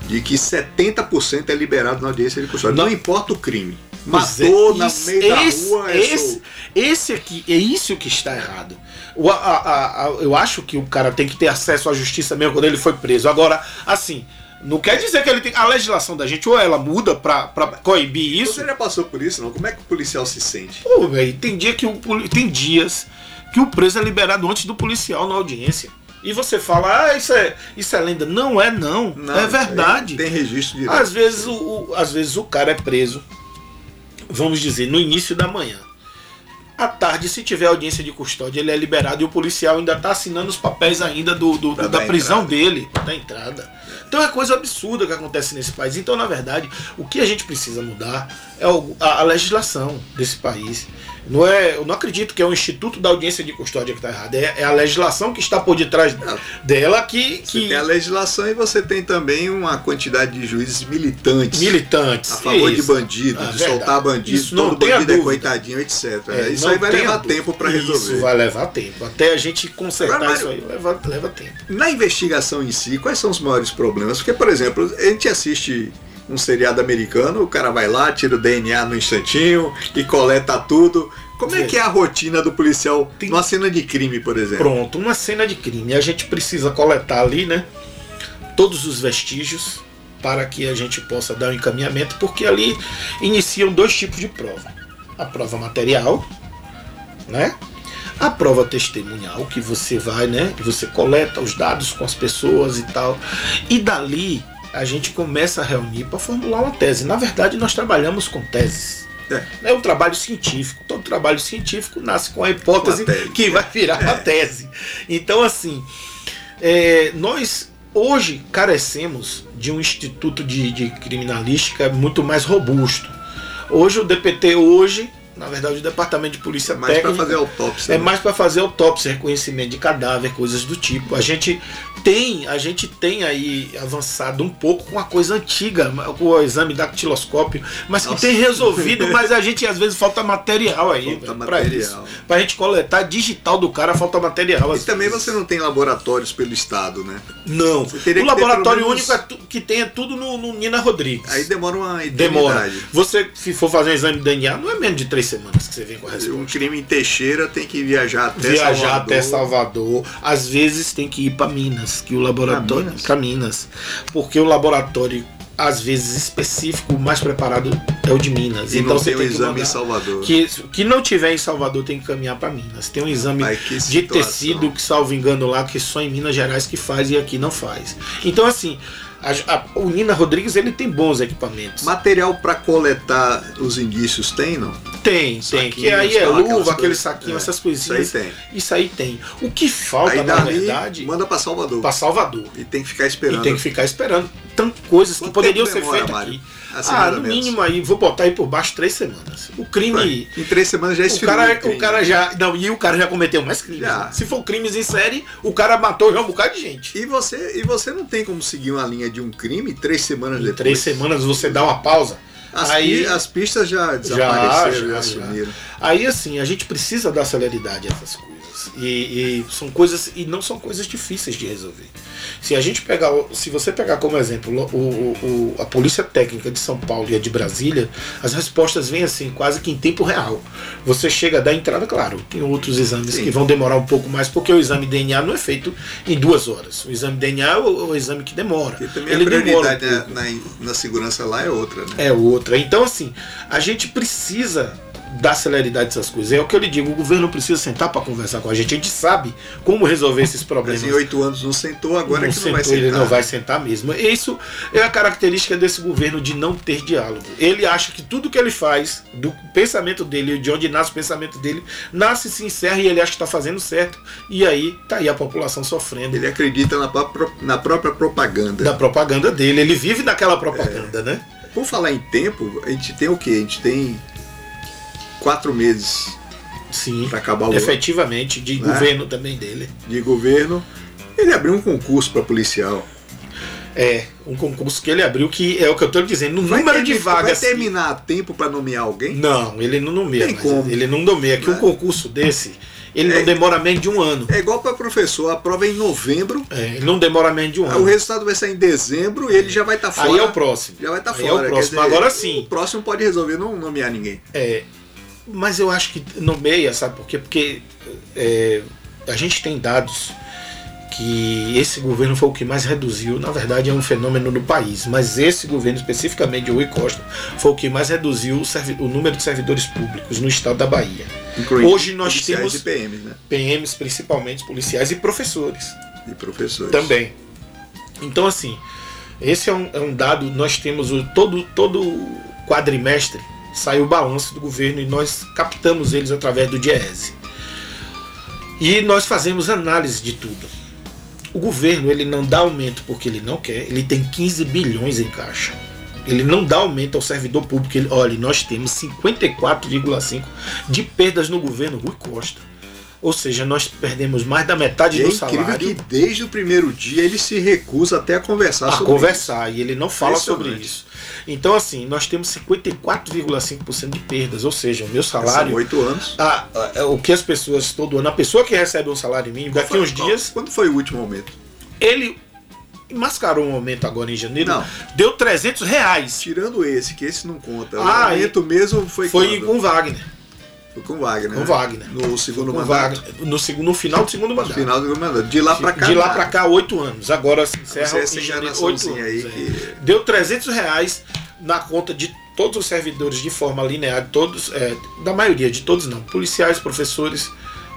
[SPEAKER 1] de que 70% é liberado na audiência de custódia. Não,
[SPEAKER 2] Não.
[SPEAKER 1] importa o crime.
[SPEAKER 2] Pois é,
[SPEAKER 1] Matou na
[SPEAKER 2] isso-
[SPEAKER 1] meio
[SPEAKER 2] esse-
[SPEAKER 1] da rua. é
[SPEAKER 2] Esse, esse aqui, é isso que está errado. O- a- a- a- eu acho que o cara tem que ter acesso à justiça mesmo quando ele foi preso. Agora, assim, não quer dizer que ele tem. A legislação da gente, ou ela muda para coibir isso,
[SPEAKER 1] Você já passou por isso, não? Como é que o policial se sente?
[SPEAKER 2] Pô, velho, tem dia que o poli- tem dias que o preso é liberado antes do policial na audiência. E você fala, ah, isso é, isso é lenda. Não é não,
[SPEAKER 1] Não,
[SPEAKER 2] é
[SPEAKER 1] isso aí
[SPEAKER 2] verdade. Ah,
[SPEAKER 1] Tem registro direto.
[SPEAKER 2] Às vezes o, o- às vezes o cara é preso, vamos dizer, no início da manhã. À tarde, se tiver audiência de custódia, ele é liberado e o policial ainda tá assinando os papéis ainda do, do-
[SPEAKER 1] Pra
[SPEAKER 2] da
[SPEAKER 1] dar
[SPEAKER 2] prisão dele, da entrada. Então é coisa absurda que acontece nesse país. Então, na verdade, o que a gente precisa mudar é o- a, a legislação desse país. Não é, eu não acredito que é o Instituto da Audiência de Custódia que está errado. É, é a legislação que está por detrás dela que,
[SPEAKER 1] Você
[SPEAKER 2] que
[SPEAKER 1] tem a legislação e você tem também uma quantidade de juízes militantes.
[SPEAKER 2] militantes.
[SPEAKER 1] A favor de
[SPEAKER 2] isso.
[SPEAKER 1] bandido,
[SPEAKER 2] Ah,
[SPEAKER 1] de
[SPEAKER 2] verdade.
[SPEAKER 1] soltar bandido,
[SPEAKER 2] Isso não
[SPEAKER 1] todo
[SPEAKER 2] tem a
[SPEAKER 1] bandido é
[SPEAKER 2] dúvida.
[SPEAKER 1] coitadinho, etc.
[SPEAKER 2] É,
[SPEAKER 1] isso
[SPEAKER 2] não
[SPEAKER 1] aí vai
[SPEAKER 2] tem
[SPEAKER 1] levar
[SPEAKER 2] dúvida.
[SPEAKER 1] tempo para resolver.
[SPEAKER 2] Isso vai levar tempo. Até a gente consertar
[SPEAKER 1] Agora,
[SPEAKER 2] isso aí leva, leva tempo.
[SPEAKER 1] Na investigação em si, quais são os maiores problemas? Porque, por exemplo, a gente assiste um seriado americano, o cara vai lá, tira o DNA no instantinho e coleta tudo. Como é
[SPEAKER 2] Vê.
[SPEAKER 1] que é a rotina do policial
[SPEAKER 2] Tem-
[SPEAKER 1] numa cena de crime, por exemplo?
[SPEAKER 2] Pronto, uma cena de crime. A gente precisa coletar ali, né? Todos os vestígios para que a gente possa dar um encaminhamento, porque ali iniciam dois tipos de prova. A prova material, né? A prova testemunhal, que você vai, né? Você coleta os dados com as pessoas e tal. E dali a gente começa a reunir para formular uma tese. Na verdade, nós trabalhamos com teses.
[SPEAKER 1] É.
[SPEAKER 2] É um trabalho científico. Todo trabalho científico nasce com a hipótese
[SPEAKER 1] Com a tese. É.
[SPEAKER 2] que vai virar uma tese. Então, assim, é, nós hoje carecemos de um instituto de, de criminalística muito mais robusto. Hoje o DPT hoje, na verdade, o Departamento de Polícia
[SPEAKER 1] É mais para
[SPEAKER 2] Técnica-
[SPEAKER 1] fazer autópsia.
[SPEAKER 2] é
[SPEAKER 1] né?
[SPEAKER 2] mais para fazer autópsia, reconhecimento de cadáver, coisas do tipo. A gente tem, a gente tem aí avançado um pouco com a coisa antiga, com o exame dactiloscópio, mas que
[SPEAKER 1] Nossa.
[SPEAKER 2] tem resolvido, mas a gente às vezes falta material aí
[SPEAKER 1] Falta
[SPEAKER 2] para isso.
[SPEAKER 1] material.
[SPEAKER 2] Pra gente coletar digital do cara, falta material.
[SPEAKER 1] E
[SPEAKER 2] às
[SPEAKER 1] também
[SPEAKER 2] vezes.
[SPEAKER 1] você não tem laboratórios pelo estado, né?
[SPEAKER 2] Não.
[SPEAKER 1] Você teria
[SPEAKER 2] o
[SPEAKER 1] que ter
[SPEAKER 2] laboratório
[SPEAKER 1] pelo menos-
[SPEAKER 2] único é tu- que tem é tudo no, no Nina Rodrigues.
[SPEAKER 1] Aí demora uma
[SPEAKER 2] Demora.
[SPEAKER 1] eternidade.
[SPEAKER 2] Você, se for fazer um exame de DNA, não é menos de três semanas que você vem com a resposta.
[SPEAKER 1] Um crime em Teixeira tem que viajar até
[SPEAKER 2] viajar
[SPEAKER 1] Salvador.
[SPEAKER 2] até Salvador. Às vezes tem que ir para Minas, que o laboratório
[SPEAKER 1] Pra Minas?
[SPEAKER 2] para Minas, porque o laboratório às vezes específico, o mais preparado é o de Minas.
[SPEAKER 1] E
[SPEAKER 2] então
[SPEAKER 1] não
[SPEAKER 2] você
[SPEAKER 1] tem
[SPEAKER 2] tem
[SPEAKER 1] um
[SPEAKER 2] que
[SPEAKER 1] exame
[SPEAKER 2] mandar-
[SPEAKER 1] em Salvador.
[SPEAKER 2] que que não tiver em Salvador tem que caminhar para Minas. Tem um exame
[SPEAKER 1] Ai, que
[SPEAKER 2] de
[SPEAKER 1] situação.
[SPEAKER 2] tecido que salvo engano lá que só em Minas Gerais que faz e aqui não faz. Então assim, a, a, o Nina Rodrigues ele tem bons equipamentos.
[SPEAKER 1] Material para coletar os indícios tem, não?
[SPEAKER 2] tem, tem.
[SPEAKER 1] saquinhos,
[SPEAKER 2] Que aí é
[SPEAKER 1] tal, aquelas
[SPEAKER 2] luva, aquele
[SPEAKER 1] coisas.
[SPEAKER 2] saquinho,
[SPEAKER 1] É,
[SPEAKER 2] essas
[SPEAKER 1] Isso aí
[SPEAKER 2] coisinhas.
[SPEAKER 1] tem.
[SPEAKER 2] Isso aí tem. O que falta
[SPEAKER 1] aí
[SPEAKER 2] na
[SPEAKER 1] dali,
[SPEAKER 2] verdade
[SPEAKER 1] manda para Salvador.
[SPEAKER 2] para Salvador.
[SPEAKER 1] E tem que ficar esperando.
[SPEAKER 2] E tem que ficar esperando. Então, coisas que
[SPEAKER 1] Quanto
[SPEAKER 2] poderiam
[SPEAKER 1] tempo
[SPEAKER 2] ser
[SPEAKER 1] demora,
[SPEAKER 2] feitas
[SPEAKER 1] Mário?
[SPEAKER 2] aqui.
[SPEAKER 1] a
[SPEAKER 2] Ah,
[SPEAKER 1] semana
[SPEAKER 2] no
[SPEAKER 1] menos.
[SPEAKER 2] mínimo aí, vou botar aí por baixo três semanas. O crime.
[SPEAKER 1] Vai. Em três semanas já
[SPEAKER 2] O
[SPEAKER 1] esfriou.
[SPEAKER 2] cara, é-
[SPEAKER 1] crime.
[SPEAKER 2] o cara já. Não, e o cara já cometeu mais crimes.
[SPEAKER 1] Já.
[SPEAKER 2] né? Se for crimes em série, o cara matou já um bocado de gente.
[SPEAKER 1] E você, e você não tem como seguir uma linha de um crime três semanas
[SPEAKER 2] Em
[SPEAKER 1] depois.
[SPEAKER 2] três semanas você dá uma pausa.
[SPEAKER 1] As,
[SPEAKER 2] Aí-
[SPEAKER 1] pi- as pistas já desapareceram, já,
[SPEAKER 2] já, já.
[SPEAKER 1] sumiram.
[SPEAKER 2] Aí assim, a gente precisa dar celeridade a essas coisas. políticos. E, e são coisas e não são coisas difíceis de resolver. Se a gente pegar, o- se você pegar como exemplo o, o- o- a polícia técnica de São Paulo e a de Brasília, as respostas vêm assim quase que em tempo real. Você chega da entrada, claro, tem outros exames
[SPEAKER 1] Sim.
[SPEAKER 2] que vão demorar um pouco mais porque o exame DNA não é feito em duas horas. O exame DNA é o, o exame que demora.
[SPEAKER 1] Porque também a
[SPEAKER 2] demora um
[SPEAKER 1] prioridade né?
[SPEAKER 2] pouco.
[SPEAKER 1] na, na- na segurança lá é outra, né?
[SPEAKER 2] É outra. Então, assim, a gente precisa dar celeridade dessas coisas. É o que eu lhe digo, o governo precisa sentar para conversar com a gente. A gente sabe como resolver esses problemas.
[SPEAKER 1] (laughs) Mas em oito anos não sentou, agora
[SPEAKER 2] não
[SPEAKER 1] é que não vai
[SPEAKER 2] sentou, ele
[SPEAKER 1] sentar.
[SPEAKER 2] não vai sentar mesmo. E Isso é a característica desse governo de não ter diálogo. Ele acha que tudo que ele faz, do pensamento dele, de onde nasce o pensamento dele, nasce, se encerra e ele acha que está fazendo certo. E aí tá aí a população sofrendo
[SPEAKER 1] Ele acredita na, pa- pro- na própria propaganda.
[SPEAKER 2] da propaganda dele. Ele vive
[SPEAKER 1] É.
[SPEAKER 2] daquela propaganda, né?
[SPEAKER 1] Por falar em tempo, a gente tem o quê? A gente tem quatro meses
[SPEAKER 2] Sim.
[SPEAKER 1] para acabar o ano
[SPEAKER 2] Efetivamente, de
[SPEAKER 1] Né?
[SPEAKER 2] governo também dele.
[SPEAKER 1] de governo. Ele abriu um concurso para policial.
[SPEAKER 2] É, um concurso que ele abriu que é o que eu tô lhe dizendo, no número de
[SPEAKER 1] terminar-
[SPEAKER 2] vagas.
[SPEAKER 1] Vai terminar a tempo para nomear alguém?
[SPEAKER 2] Não, ele não nomeia,
[SPEAKER 1] Tem
[SPEAKER 2] mas
[SPEAKER 1] como.
[SPEAKER 2] ele não nomeia que um
[SPEAKER 1] É.
[SPEAKER 2] concurso desse, ele
[SPEAKER 1] É.
[SPEAKER 2] não demora menos de um ano.
[SPEAKER 1] É igual para professor, a prova é em novembro,
[SPEAKER 2] É, ele não demora menos de um
[SPEAKER 1] Ah, o
[SPEAKER 2] ano.
[SPEAKER 1] resultado vai sair em dezembro e ele já vai estar fora.
[SPEAKER 2] Aí é o próximo.
[SPEAKER 1] Já vai estar
[SPEAKER 2] Aí é
[SPEAKER 1] fora.
[SPEAKER 2] o
[SPEAKER 1] quer
[SPEAKER 2] próximo. Agora sim.
[SPEAKER 1] O próximo pode resolver não nomear ninguém.
[SPEAKER 2] É, mas eu acho que nomeia, sabe por quê? Porque é, a gente tem dados que esse governo foi o que mais reduziu. Na verdade, é um fenômeno no país, mas esse governo, especificamente o Rui Costa, foi o que mais reduziu o, servi- o número de servidores públicos no estado da Bahia.
[SPEAKER 1] Incluindo
[SPEAKER 2] Hoje nós
[SPEAKER 1] policiais
[SPEAKER 2] temos-
[SPEAKER 1] e PMs, né?
[SPEAKER 2] PMs, principalmente policiais e professores
[SPEAKER 1] E professores.
[SPEAKER 2] também. Então, assim, esse é um, é um dado. Nós temos o, todo, todo quadrimestre sai o balanço do governo e nós captamos eles através do DIESE. E nós fazemos análise de tudo. O governo ele não dá aumento porque ele não quer, ele tem 15 bilhões em caixa. Ele não dá aumento ao servidor público. Ele, olha, nós temos 54,5 de perdas no governo Rui Costa. Ou seja, nós perdemos mais da metade
[SPEAKER 1] E é
[SPEAKER 2] do
[SPEAKER 1] incrível
[SPEAKER 2] salário Ah,
[SPEAKER 1] que desde o primeiro dia ele se recusa até a conversar
[SPEAKER 2] a
[SPEAKER 1] Tá sobre
[SPEAKER 2] conversar e ele não fala sobre
[SPEAKER 1] Impressionante.
[SPEAKER 2] isso. Então, assim, nós temos 54,5% de perdas, ou seja, o meu
[SPEAKER 1] isso. São
[SPEAKER 2] salário.
[SPEAKER 1] oito anos.
[SPEAKER 2] a- a- é o que as pessoas todo ano, a pessoa que recebe um salário mínimo, daqui a uns
[SPEAKER 1] Qual-
[SPEAKER 2] dias,
[SPEAKER 1] Quando foi o último aumento?
[SPEAKER 2] ele mascarou um aumento agora em janeiro,
[SPEAKER 1] Não,
[SPEAKER 2] deu 300 reais.
[SPEAKER 1] tirando esse, que esse não conta.
[SPEAKER 2] Ah,
[SPEAKER 1] o aumento mesmo foi,
[SPEAKER 2] Foi,
[SPEAKER 1] quando?
[SPEAKER 2] com Wagner.
[SPEAKER 1] Foi com Wagner.
[SPEAKER 2] Com
[SPEAKER 1] né?
[SPEAKER 2] Wagner.
[SPEAKER 1] No segundo
[SPEAKER 2] Com
[SPEAKER 1] mandato.
[SPEAKER 2] Wagner. No, segundo, no final do segundo
[SPEAKER 1] No
[SPEAKER 2] mandato.
[SPEAKER 1] final do mandato. De lá pra cá.
[SPEAKER 2] de lá
[SPEAKER 1] nada.
[SPEAKER 2] pra cá, oito anos. Agora se encerra
[SPEAKER 1] Você é
[SPEAKER 2] em
[SPEAKER 1] essa
[SPEAKER 2] janeiro, oito
[SPEAKER 1] enganaçãozinha
[SPEAKER 2] anos.
[SPEAKER 1] aí
[SPEAKER 2] é.
[SPEAKER 1] que.
[SPEAKER 2] deu 300 reais na conta de todos os servidores de forma linear, de todos, é, da maioria, de todos não, policiais, professores,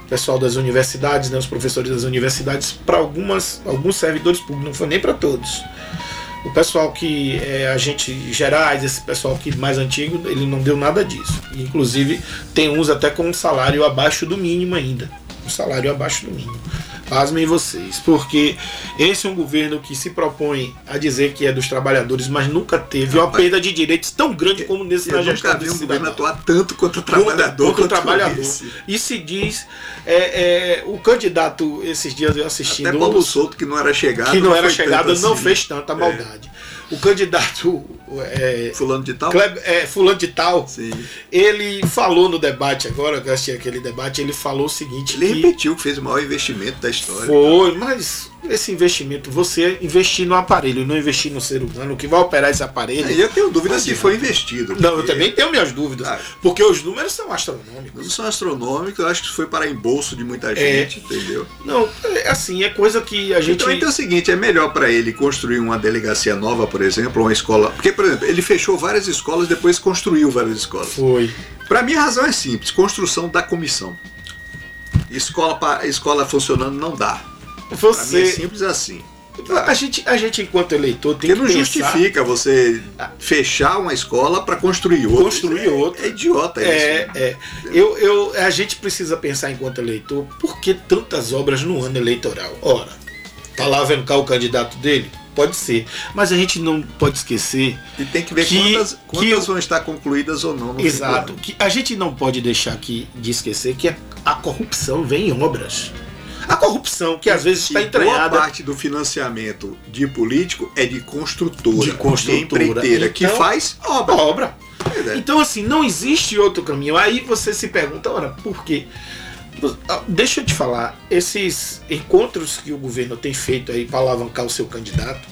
[SPEAKER 2] pessoal das universidades, né, os professores das universidades, para algumas alguns servidores públicos, não foi nem para todos. O pessoal que é agente gerais, esse pessoal que mais antigo, ele não deu nada disso. E, Inclusive tem uns até com um salário abaixo do mínimo ainda, um salário abaixo do mínimo. Pasmem vocês, porque esse é um governo que se propõe a dizer que é dos trabalhadores, mas nunca teve uma
[SPEAKER 1] Rapaz,
[SPEAKER 2] perda de direitos tão grande é. como nesse na
[SPEAKER 1] Eu
[SPEAKER 2] gestão
[SPEAKER 1] nunca vi
[SPEAKER 2] desse
[SPEAKER 1] um governo
[SPEAKER 2] cidadão.
[SPEAKER 1] atuar tanto contra o
[SPEAKER 2] Contra-
[SPEAKER 1] trabalhador
[SPEAKER 2] contra o
[SPEAKER 1] quanto
[SPEAKER 2] trabalhador.
[SPEAKER 1] esse.
[SPEAKER 2] E se diz é, é, o candidato esses dias eu assistindo
[SPEAKER 1] Até
[SPEAKER 2] um
[SPEAKER 1] Paulo
[SPEAKER 2] dos-
[SPEAKER 1] Souto, que Ah, não era chegado.
[SPEAKER 2] que não era
[SPEAKER 1] foi
[SPEAKER 2] chegado
[SPEAKER 1] tanto
[SPEAKER 2] não
[SPEAKER 1] assim.
[SPEAKER 2] fez tanta maldade. O candidato é,
[SPEAKER 1] Fulano de tal?
[SPEAKER 2] Kleb- é, fulano de tal,
[SPEAKER 1] Sim.
[SPEAKER 2] ele falou no debate agora, eu assisti aquele debate, ele falou o seguinte
[SPEAKER 1] Ele
[SPEAKER 2] que-
[SPEAKER 1] repetiu que fez o maior investimento da história.
[SPEAKER 2] Foi, mas esse investimento, você investir no aparelho e não investir no ser humano, que vai operar esse aparelho.
[SPEAKER 1] Aí eu tenho dúvida se foi investido.
[SPEAKER 2] Não, eu
[SPEAKER 1] porque-
[SPEAKER 2] também tenho minhas dúvidas.
[SPEAKER 1] Ah,
[SPEAKER 2] Porque os números são astronômicos.
[SPEAKER 1] não são astronômicos, eu acho que foi para em bolso de muita
[SPEAKER 2] É.
[SPEAKER 1] gente, entendeu?
[SPEAKER 2] Não, é assim, é coisa que a gente.
[SPEAKER 1] Então, então é o seguinte, é melhor para ele construir uma delegacia nova, por exemplo, ou uma escola. Porque, por exemplo, ele fechou várias escolas, depois construiu várias escolas.
[SPEAKER 2] Foi.
[SPEAKER 1] Para mim a razão é simples, construção da comissão. Escola, pa- escola funcionando não dá. Pra mim é
[SPEAKER 2] Você.
[SPEAKER 1] simples assim.
[SPEAKER 2] A gente, a gente, enquanto eleitor, tem
[SPEAKER 1] Porque
[SPEAKER 2] que
[SPEAKER 1] não
[SPEAKER 2] pensar, Ah.
[SPEAKER 1] justifica você fechar uma escola para construir outra.
[SPEAKER 2] construir outra.
[SPEAKER 1] É idiota isso.
[SPEAKER 2] É, é. Eu, eu, a gente precisa pensar enquanto eleitor, por que tantas obras no ano eleitoral? Ora, tá lá vendo cá o candidato dele? Pode ser. Mas a gente não pode esquecer
[SPEAKER 1] E tem que ver
[SPEAKER 2] Que-
[SPEAKER 1] quantas,
[SPEAKER 2] que
[SPEAKER 1] quantas
[SPEAKER 2] eu-
[SPEAKER 1] vão estar concluídas ou não. No fim
[SPEAKER 2] Exato.
[SPEAKER 1] do ano.
[SPEAKER 2] Que a gente não pode deixar aqui de esquecer que a, a corrupção vem em obras. A corrupção, que às vezes está
[SPEAKER 1] E boa
[SPEAKER 2] entranhada.
[SPEAKER 1] parte do financiamento de político é de construtora,
[SPEAKER 2] De construtora.
[SPEAKER 1] empreiteira, que
[SPEAKER 2] Então-
[SPEAKER 1] faz
[SPEAKER 2] na
[SPEAKER 1] obra.
[SPEAKER 2] obra.
[SPEAKER 1] Pois é.
[SPEAKER 2] Então, assim, não existe outro caminho. Aí você se pergunta, ora, por quê? Deixa eu te falar, esses encontros que o governo tem feito aí para alavancar o seu candidato,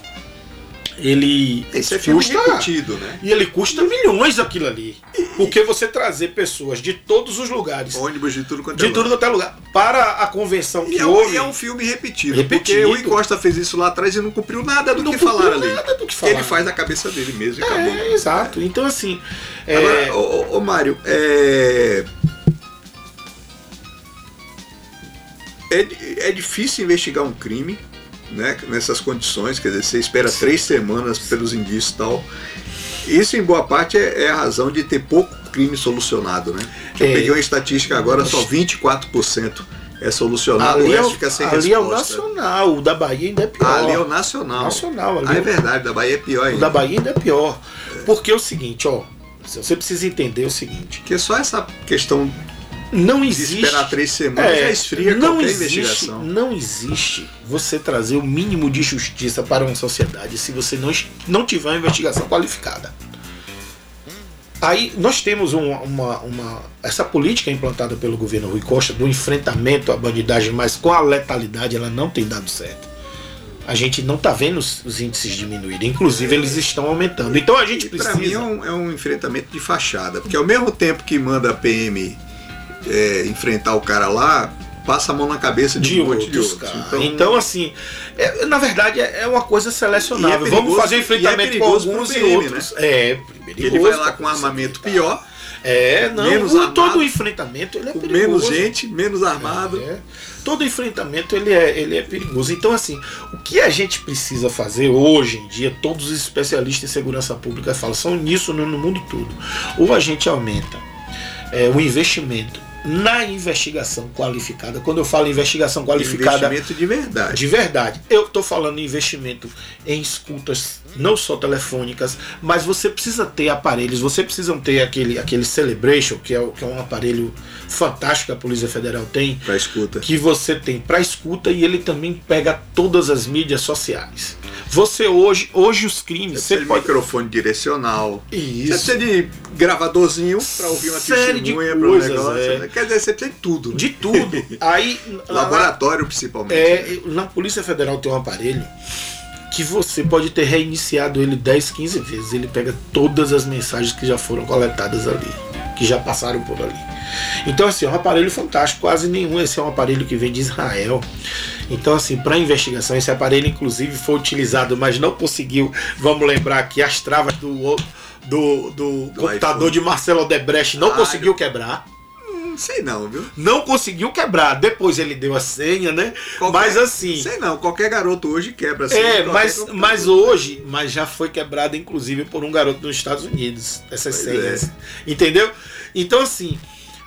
[SPEAKER 2] ele
[SPEAKER 1] Esse é filme repetido, né?
[SPEAKER 2] e ele custa milhões aquilo ali. Porque você trazer pessoas de todos os lugares,
[SPEAKER 1] Ônibus de tudo quanto é
[SPEAKER 2] de tudo
[SPEAKER 1] lado.
[SPEAKER 2] quanto é lugar, para a convenção
[SPEAKER 1] E
[SPEAKER 2] que
[SPEAKER 1] é, um,
[SPEAKER 2] houve,
[SPEAKER 1] e é um filme repetido, porque
[SPEAKER 2] Repetido.
[SPEAKER 1] o Encosta fez isso lá atrás e não cumpriu nada do
[SPEAKER 2] não
[SPEAKER 1] que
[SPEAKER 2] cumpriu
[SPEAKER 1] falaram ali.
[SPEAKER 2] nada do que falaram.
[SPEAKER 1] Ele faz na cabeça dele mesmo e acabou.
[SPEAKER 2] É, exato. Então assim, é,
[SPEAKER 1] Agora, ô, ô, ô, Mário, é... É, di- é difícil investigar um crime né, nessas condições, quer dizer, você espera três semanas pelos indícios e tal. Isso, em boa parte, é, é a razão de ter pouco crime solucionado, né? Eu
[SPEAKER 2] É.
[SPEAKER 1] peguei uma estatística agora, só 24% é solucionado, o
[SPEAKER 2] ali, é,
[SPEAKER 1] resto
[SPEAKER 2] o-
[SPEAKER 1] fica sem
[SPEAKER 2] ali é o
[SPEAKER 1] resposta.
[SPEAKER 2] nacional, o da Bahia ainda é pior.
[SPEAKER 1] Ah, ali é o nacional.
[SPEAKER 2] nacional, ali
[SPEAKER 1] Ah,
[SPEAKER 2] é
[SPEAKER 1] é
[SPEAKER 2] o-
[SPEAKER 1] verdade, da Bahia é pior
[SPEAKER 2] O da
[SPEAKER 1] ainda.
[SPEAKER 2] Bahia ainda é pior. Porque é o seguinte, ó. Você precisa entender o seguinte.
[SPEAKER 1] Porque só essa questão
[SPEAKER 2] Não
[SPEAKER 1] de
[SPEAKER 2] existe.
[SPEAKER 1] esperar três semanas
[SPEAKER 2] É,
[SPEAKER 1] já esfria
[SPEAKER 2] não
[SPEAKER 1] qualquer
[SPEAKER 2] existe,
[SPEAKER 1] investigação.
[SPEAKER 2] não existe você trazer o mínimo de justiça para uma sociedade se você não, es- não tiver uma investigação qualificada. Aí nós temos uma, uma- uma- Essa política implantada pelo governo Rui Costa do enfrentamento à bandidagem, mas com a letalidade ela não tem dado certo. A gente não está vendo os, os índices diminuírem, inclusive eles estão aumentando. Então a gente
[SPEAKER 1] E pra mim é
[SPEAKER 2] precisa.
[SPEAKER 1] um, é um enfrentamento de fachada, porque ao mesmo tempo que manda a PM é, enfrentar o cara lá, passa a mão na cabeça de,
[SPEAKER 2] De
[SPEAKER 1] um monte de
[SPEAKER 2] outros,
[SPEAKER 1] outros.
[SPEAKER 2] cara. Então, assim, é- na verdade é é uma coisa
[SPEAKER 1] E
[SPEAKER 2] selecionável.
[SPEAKER 1] é perigoso-
[SPEAKER 2] Vamos fazer
[SPEAKER 1] e é
[SPEAKER 2] enfrentamento com
[SPEAKER 1] perigoso pro
[SPEAKER 2] alguns e
[SPEAKER 1] PM,
[SPEAKER 2] outros. É,
[SPEAKER 1] que ele vai lá com um armamento pior,
[SPEAKER 2] É, não.
[SPEAKER 1] menos
[SPEAKER 2] o-
[SPEAKER 1] armado,
[SPEAKER 2] todo enfrentamento ele é
[SPEAKER 1] com menos
[SPEAKER 2] perigoso.
[SPEAKER 1] gente, menos armado. um
[SPEAKER 2] É. Todo enfrentamento ele é, ele é perigoso. Então, assim, o que a gente precisa fazer hoje em dia, todos os especialistas em segurança pública falam, são nisso no, no mundo todo. Ou a gente aumenta é, o investimento na investigação qualificada. Quando eu falo investigação qualificada,
[SPEAKER 1] Investimento de verdade.
[SPEAKER 2] de verdade. Eu estou falando em investimento em escutas, não só telefônicas, mas você precisa ter aparelhos, você precisa ter aquele, aquele Celebration, que é, o- que é um aparelho fantástico que a Polícia Federal tem,
[SPEAKER 1] Pra escuta.
[SPEAKER 2] que você tem para escuta e ele também pega todas as mídias sociais. Você hoje, hoje os crimes,
[SPEAKER 1] Você precisa
[SPEAKER 2] você
[SPEAKER 1] de
[SPEAKER 2] pode.
[SPEAKER 1] microfone direcional.
[SPEAKER 2] Isso.
[SPEAKER 1] Você precisa de gravadorzinho pra ouvir uma
[SPEAKER 2] Série de
[SPEAKER 1] testemunha, pra um
[SPEAKER 2] coisas,
[SPEAKER 1] negócio.
[SPEAKER 2] é.
[SPEAKER 1] né? Quer dizer, você precisa de tudo. né?
[SPEAKER 2] De tudo.
[SPEAKER 1] (laughs)
[SPEAKER 2] Aí. lá-
[SPEAKER 1] Laboratório, principalmente. né?
[SPEAKER 2] É, na Polícia Federal tem um aparelho que você pode ter reiniciado ele 10, 15 vezes. Ele pega todas as mensagens que já foram coletadas ali, que já passaram por ali. Então, assim, é um aparelho fantástico, quase nenhum. Esse é um aparelho que vem de Israel. Então, assim, para investigação, esse aparelho, inclusive, foi utilizado, mas não conseguiu. Vamos lembrar aqui as travas do. o- Do, do computador
[SPEAKER 1] iPhone.
[SPEAKER 2] de Marcelo Odebrecht não
[SPEAKER 1] Ah,
[SPEAKER 2] conseguiu quebrar.
[SPEAKER 1] Não sei não, viu?
[SPEAKER 2] Não conseguiu quebrar. Depois ele deu a senha, né?
[SPEAKER 1] Qualquer-
[SPEAKER 2] Mas assim.
[SPEAKER 1] Sei não, qualquer garoto hoje quebra assim.
[SPEAKER 2] É,
[SPEAKER 1] qualquer
[SPEAKER 2] mas,
[SPEAKER 1] computador.
[SPEAKER 2] mas hoje, mas já foi quebrada inclusive por um garoto dos Estados Unidos, essas
[SPEAKER 1] Pois é.
[SPEAKER 2] senhas. Entendeu? Então assim,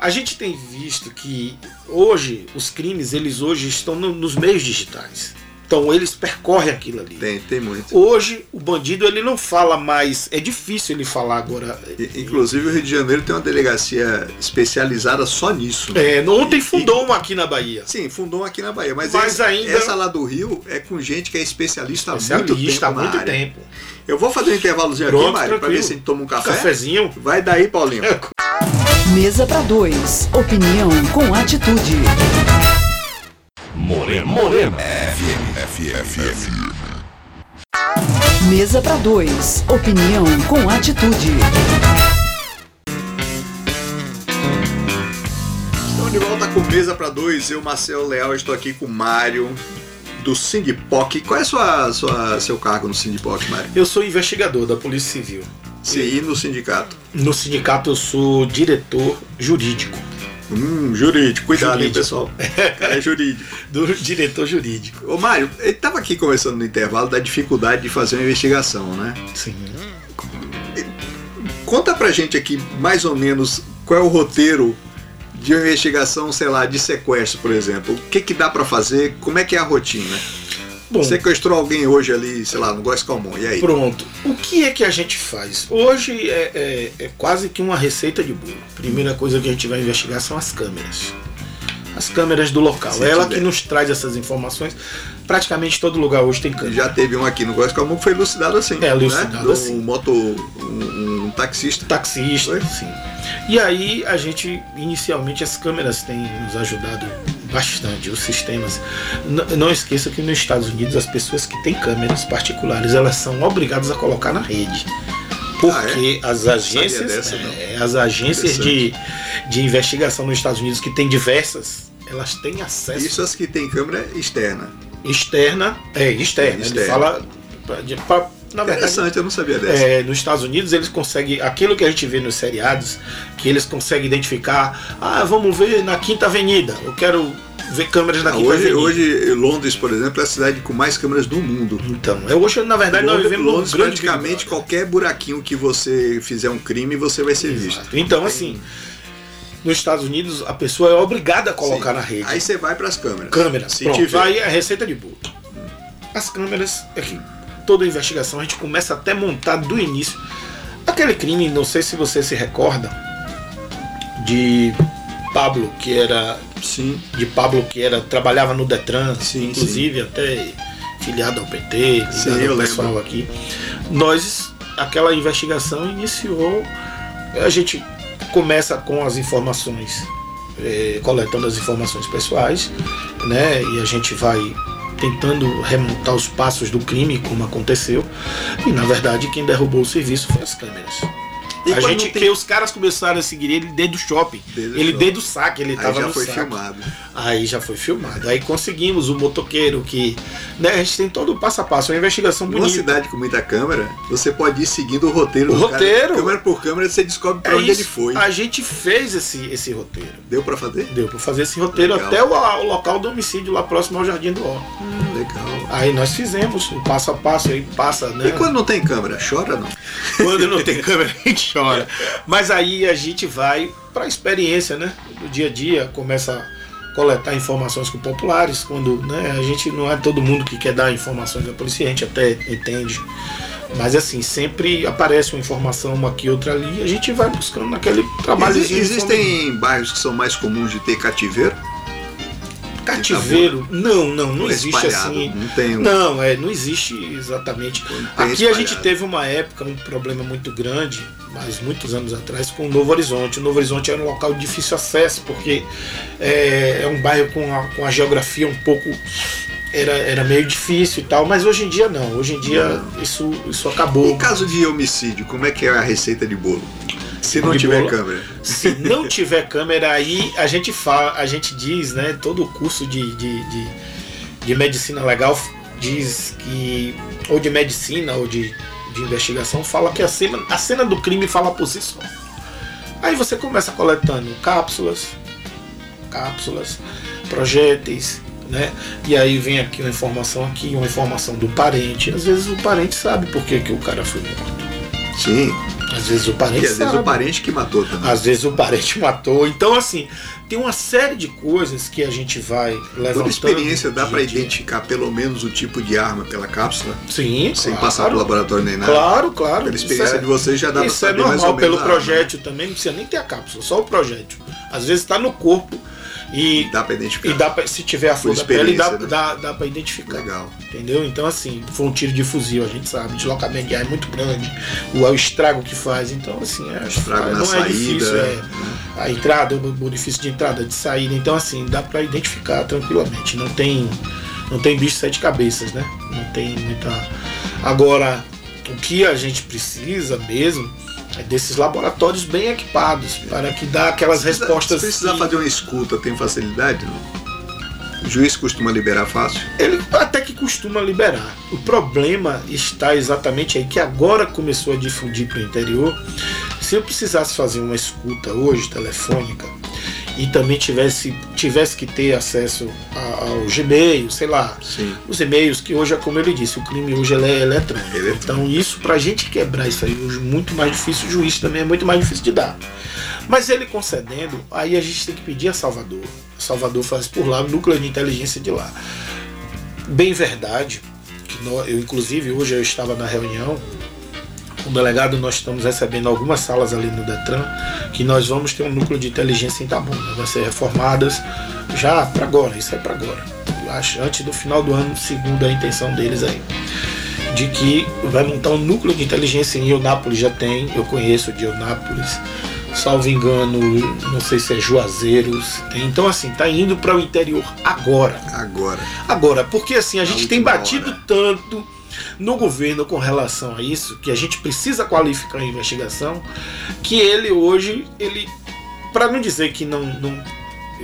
[SPEAKER 2] a gente tem visto que hoje os crimes eles hoje estão no- nos meios digitais. Então eles percorrem aquilo ali.
[SPEAKER 1] Tem, tem muito.
[SPEAKER 2] Hoje o bandido ele não fala mais, é difícil ele falar agora. É,
[SPEAKER 1] I- Inclusive o Rio de Janeiro tem uma delegacia especializada só nisso. né?
[SPEAKER 2] É, ontem fundou uma aqui na Bahia.
[SPEAKER 1] Sim, fundou uma aqui na Bahia, mas,
[SPEAKER 2] Mas
[SPEAKER 1] essa,
[SPEAKER 2] ainda-
[SPEAKER 1] essa lá do Rio é com gente que é especialista há muito tempo.
[SPEAKER 2] Especialista há
[SPEAKER 1] na
[SPEAKER 2] muito
[SPEAKER 1] área.
[SPEAKER 2] tempo.
[SPEAKER 1] Eu vou fazer um intervalozinho aqui,
[SPEAKER 2] Pronto,
[SPEAKER 1] Mário, pra
[SPEAKER 2] tranquilo. É.
[SPEAKER 1] ver se a gente toma um café.
[SPEAKER 2] Cafezinho.
[SPEAKER 1] Vai daí, Paulinho.
[SPEAKER 3] Mesa para dois. Opinião com atitude.
[SPEAKER 4] Morena. Morena.
[SPEAKER 3] Mesa para dois. Opinião com atitude.
[SPEAKER 1] Estamos de volta com Mesa para Dois. Eu, Marcelo Leal, estou aqui com o Mário do Sindipoc. Qual é sua, sua, seu cargo no Sindipoc, Mário?
[SPEAKER 2] Eu sou investigador da Polícia Civil.
[SPEAKER 1] CI no sindicato.
[SPEAKER 2] No sindicato eu sou diretor jurídico.
[SPEAKER 1] Hum, jurídico. Cuidado, hein,
[SPEAKER 2] Jurídico. (laughs)
[SPEAKER 1] pessoal. Cara, é jurídico.
[SPEAKER 2] Do diretor jurídico.
[SPEAKER 1] Ô Mário, ele estava aqui conversando no intervalo da dificuldade de fazer uma investigação, né?
[SPEAKER 2] Sim.
[SPEAKER 1] Conta pra gente aqui mais ou menos qual é o roteiro de uma investigação, sei lá, de sequestro, por exemplo. O que que dá pra fazer? Como é que é a rotina?
[SPEAKER 2] Bom,
[SPEAKER 1] Sequestrou alguém hoje ali, sei lá, no Góis Calmon, e aí?
[SPEAKER 2] pronto. O que é que a gente faz? Hoje é, é- é quase que uma receita de bolo. Primeira coisa que a gente vai investigar são as câmeras. as câmeras do local.
[SPEAKER 1] Se
[SPEAKER 2] é ela
[SPEAKER 1] tiver.
[SPEAKER 2] que nos traz essas informações. Praticamente todo lugar hoje tem câmera.
[SPEAKER 1] Já teve um aqui no Guascamon que foi elucidado assim.
[SPEAKER 2] É, elucidado
[SPEAKER 1] Do-
[SPEAKER 2] assim.
[SPEAKER 1] Um moto. Um, um taxista.
[SPEAKER 2] taxista,
[SPEAKER 1] Foi?
[SPEAKER 2] sim. E aí a gente, inicialmente, as câmeras têm nos ajudado bastante, os sistemas. N- não esqueça que nos Estados Unidos as pessoas que têm câmeras particulares, elas são obrigadas a colocar na rede.
[SPEAKER 1] Ah,
[SPEAKER 2] Porque as agências,
[SPEAKER 1] é? dessa, não.
[SPEAKER 2] é, as agências de, de investigação nos Estados Unidos, que tem diversas, elas têm acesso
[SPEAKER 1] Isso as que tem câmera externa.
[SPEAKER 2] externa. É, externa.
[SPEAKER 1] Externa.
[SPEAKER 2] Ele fala. pra- de- pra- na verdade,
[SPEAKER 1] Interessante, eu não sabia dessa.
[SPEAKER 2] é, nos Estados Unidos eles conseguem aquilo que a gente vê nos seriados, que eles conseguem identificar. Ah, vamos ver na Quinta Avenida. Eu quero ver câmeras na
[SPEAKER 1] Ah,
[SPEAKER 2] Quinta
[SPEAKER 1] hoje,
[SPEAKER 2] Avenida.
[SPEAKER 1] hoje, Londres, por exemplo, é a cidade com mais câmeras do mundo.
[SPEAKER 2] Então, é hoje na verdade nós
[SPEAKER 1] Londres,
[SPEAKER 2] vivemos
[SPEAKER 1] Londres,
[SPEAKER 2] um grande
[SPEAKER 1] praticamente
[SPEAKER 2] Big Brother.
[SPEAKER 1] qualquer buraquinho que você fizer um crime, você vai ser
[SPEAKER 2] Exato.
[SPEAKER 1] visto.
[SPEAKER 2] Então, assim, nos Estados Unidos a pessoa é obrigada a colocar
[SPEAKER 1] Sim.
[SPEAKER 2] na rede.
[SPEAKER 1] Aí você vai para as câmeras.
[SPEAKER 2] câmeras.
[SPEAKER 1] Se
[SPEAKER 2] Pronto,
[SPEAKER 1] tiver.
[SPEAKER 2] aí é a receita de bolo. As câmeras é que toda a investigação a gente começa até montar do início. Aquele crime, não sei se você se recorda, de Pablo, que era
[SPEAKER 1] Sim.
[SPEAKER 2] de Pablo que era trabalhava no Detran,
[SPEAKER 1] Sim,
[SPEAKER 2] inclusive até filiado ao PT,
[SPEAKER 1] Sim,
[SPEAKER 2] ligado
[SPEAKER 1] eu
[SPEAKER 2] ao
[SPEAKER 1] lembro.
[SPEAKER 2] pessoal aqui. Nós aquela investigação iniciou, a gente começa com as informações, eh, coletando as informações pessoais, né? E a gente vai tentando remontar os passos do crime como aconteceu. E na verdade quem derrubou o serviço foi as câmeras.
[SPEAKER 1] E
[SPEAKER 2] a
[SPEAKER 1] quando
[SPEAKER 2] gente
[SPEAKER 1] não tem-
[SPEAKER 2] que os caras começaram a seguir ele desde o shopping.
[SPEAKER 1] Desde o
[SPEAKER 2] ele
[SPEAKER 1] shopping.
[SPEAKER 2] desde o saque, ele
[SPEAKER 1] Aí
[SPEAKER 2] estava
[SPEAKER 1] já
[SPEAKER 2] no
[SPEAKER 1] foi
[SPEAKER 2] saque.
[SPEAKER 1] filmado.
[SPEAKER 2] Aí já foi filmado. Aí conseguimos o motoqueiro que. Né, a gente tem todo o passo a passo, uma investigação
[SPEAKER 1] Numa
[SPEAKER 2] bonita.
[SPEAKER 1] cidade com muita câmera, você pode ir seguindo o roteiro
[SPEAKER 2] O
[SPEAKER 1] do cara.
[SPEAKER 2] roteiro?
[SPEAKER 1] Câmera por câmera, você descobre
[SPEAKER 2] É
[SPEAKER 1] pra onde
[SPEAKER 2] isso.
[SPEAKER 1] ele foi.
[SPEAKER 2] A gente fez esse, esse roteiro.
[SPEAKER 1] Deu pra fazer?
[SPEAKER 2] Deu pra fazer esse roteiro
[SPEAKER 1] Legal.
[SPEAKER 2] até o, o local do homicídio, lá próximo ao Jardim do Ó.
[SPEAKER 1] Legal.
[SPEAKER 2] Aí nós fizemos o passo a passo, aí passa, né?
[SPEAKER 1] E quando não tem câmera, chora não?
[SPEAKER 2] Quando não tem câmera, a gente (laughs) chora. Mas aí a gente vai para a experiência, né? Do dia a dia, começa a coletar informações com populares, quando né, a gente não é todo mundo que quer dar informações à polícia, a gente até entende. Mas assim, sempre aparece uma informação uma aqui, outra ali, e a gente vai buscando naquele trabalho.
[SPEAKER 1] Exi-
[SPEAKER 2] é um-
[SPEAKER 1] existem bairros que são mais comuns de ter cativeiro?
[SPEAKER 2] cativeiro. Não, não, não
[SPEAKER 1] É
[SPEAKER 2] existe
[SPEAKER 1] espalhado,
[SPEAKER 2] assim.
[SPEAKER 1] Não tem um.
[SPEAKER 2] Não, é, não existe exatamente.
[SPEAKER 1] Tem
[SPEAKER 2] Aqui a
[SPEAKER 1] espalhado.
[SPEAKER 2] gente teve uma época, um problema muito grande, mas muitos anos atrás, com o Novo Horizonte. O Novo Horizonte era um local de difícil acesso, porque é, é um bairro com a, com a geografia um pouco. Era, era meio difícil e tal, mas hoje em dia não. Hoje em dia isso, isso
[SPEAKER 1] Em
[SPEAKER 2] acabou.
[SPEAKER 1] caso de homicídio, como é que é a receita de bolo? Se não
[SPEAKER 2] De
[SPEAKER 1] tiver
[SPEAKER 2] bolo?
[SPEAKER 1] câmera.
[SPEAKER 2] Se não tiver câmera, aí a gente fala, a gente diz, né? Todo o curso de, de, de, de medicina legal diz que. Ou de medicina ou de, de investigação fala que a cena, a cena do crime fala por si só. Aí você começa coletando cápsulas, cápsulas, projéteis, né? E aí vem aqui uma informação aqui, uma informação do parente. Às vezes o parente sabe por que, que o cara foi morto.
[SPEAKER 1] Sim.
[SPEAKER 2] Às vezes o parente
[SPEAKER 1] E às vezes
[SPEAKER 2] sabe.
[SPEAKER 1] o parente que matou também.
[SPEAKER 2] Às vezes o parente (laughs) matou. Então, assim, tem uma série de coisas que a gente vai levantando.
[SPEAKER 1] Por experiência, dá
[SPEAKER 2] dia
[SPEAKER 1] pra
[SPEAKER 2] a dia.
[SPEAKER 1] identificar pelo menos o tipo de arma pela cápsula,
[SPEAKER 2] Sim,
[SPEAKER 1] sem
[SPEAKER 2] claro,
[SPEAKER 1] passar pelo laboratório nem nada.
[SPEAKER 2] Claro, claro.
[SPEAKER 1] Pela
[SPEAKER 2] Isso
[SPEAKER 1] experiência
[SPEAKER 2] é-
[SPEAKER 1] de vocês já dá pra
[SPEAKER 2] Isso é
[SPEAKER 1] saber mais ou
[SPEAKER 2] normal,
[SPEAKER 1] menos.
[SPEAKER 2] pelo
[SPEAKER 1] a arma, né?
[SPEAKER 2] projétil também, não precisa nem ter a cápsula, só o projétil. Às vezes está no corpo e,
[SPEAKER 1] Dá pra
[SPEAKER 2] e
[SPEAKER 1] identificar.
[SPEAKER 2] dá pra, se tiver a flor
[SPEAKER 1] Por
[SPEAKER 2] da pele, dá,
[SPEAKER 1] experiência, né?
[SPEAKER 2] dá, dá para identificar.
[SPEAKER 1] Legal.
[SPEAKER 2] Entendeu? Então, assim, foi um tiro de fuzil, a gente sabe, o deslocamento de ar é muito grande, o, o estrago que faz. Então, assim, é,
[SPEAKER 1] Estrago na
[SPEAKER 2] não é
[SPEAKER 1] saída.
[SPEAKER 2] difícil, é,
[SPEAKER 1] né?
[SPEAKER 2] a entrada, o orifício de entrada, de saída. Então, assim, dá para identificar tranquilamente. Não tem, não tem bicho de sete cabeças, né? Não tem muita. Agora, o que a gente precisa mesmo é desses laboratórios bem equipados para que dá aquelas
[SPEAKER 1] Precisa-
[SPEAKER 2] respostas.
[SPEAKER 1] Se precisar
[SPEAKER 2] que-
[SPEAKER 1] fazer uma escuta, tem facilidade? não? O juiz costuma liberar fácil?
[SPEAKER 2] Ele até que costuma liberar. O problema está exatamente aí, que agora começou a difundir para o interior. Se eu precisasse fazer uma escuta hoje, telefônica, e também tivesse, tivesse que ter acesso a- ao Gmail, sei lá,
[SPEAKER 1] Sim.
[SPEAKER 2] os e-mails, que hoje é como ele disse, o crime hoje ele é eletrônico.
[SPEAKER 1] Eletrônico.
[SPEAKER 2] Então isso, pra gente quebrar isso aí hoje, é muito mais difícil, o juiz também é muito mais difícil de dar. Mas ele concedendo, aí a gente tem que pedir a Salvador. Salvador faz por lá, o núcleo de inteligência de lá. Bem verdade, que nó- eu inclusive hoje eu estava na reunião o um delegado, nós estamos recebendo algumas salas ali no Detran, que nós vamos ter um núcleo de inteligência em Itabuna. Vai ser reformadas já para agora, isso é para agora. Eu acho antes do final do ano, segundo a intenção deles aí. De que vai montar um núcleo de inteligência em Eunápolis, já tem, eu conheço de Eunápolis, salvo engano, não sei se é Juazeiros. tem. Então, assim, tá indo para o interior agora.
[SPEAKER 1] Agora.
[SPEAKER 2] Agora, porque assim, a
[SPEAKER 1] Tá Na
[SPEAKER 2] gente tem
[SPEAKER 1] última
[SPEAKER 2] batido
[SPEAKER 1] hora.
[SPEAKER 2] tanto no governo com relação a isso, que a gente precisa qualificar a investigação, que ele hoje, ele, para não dizer que não. não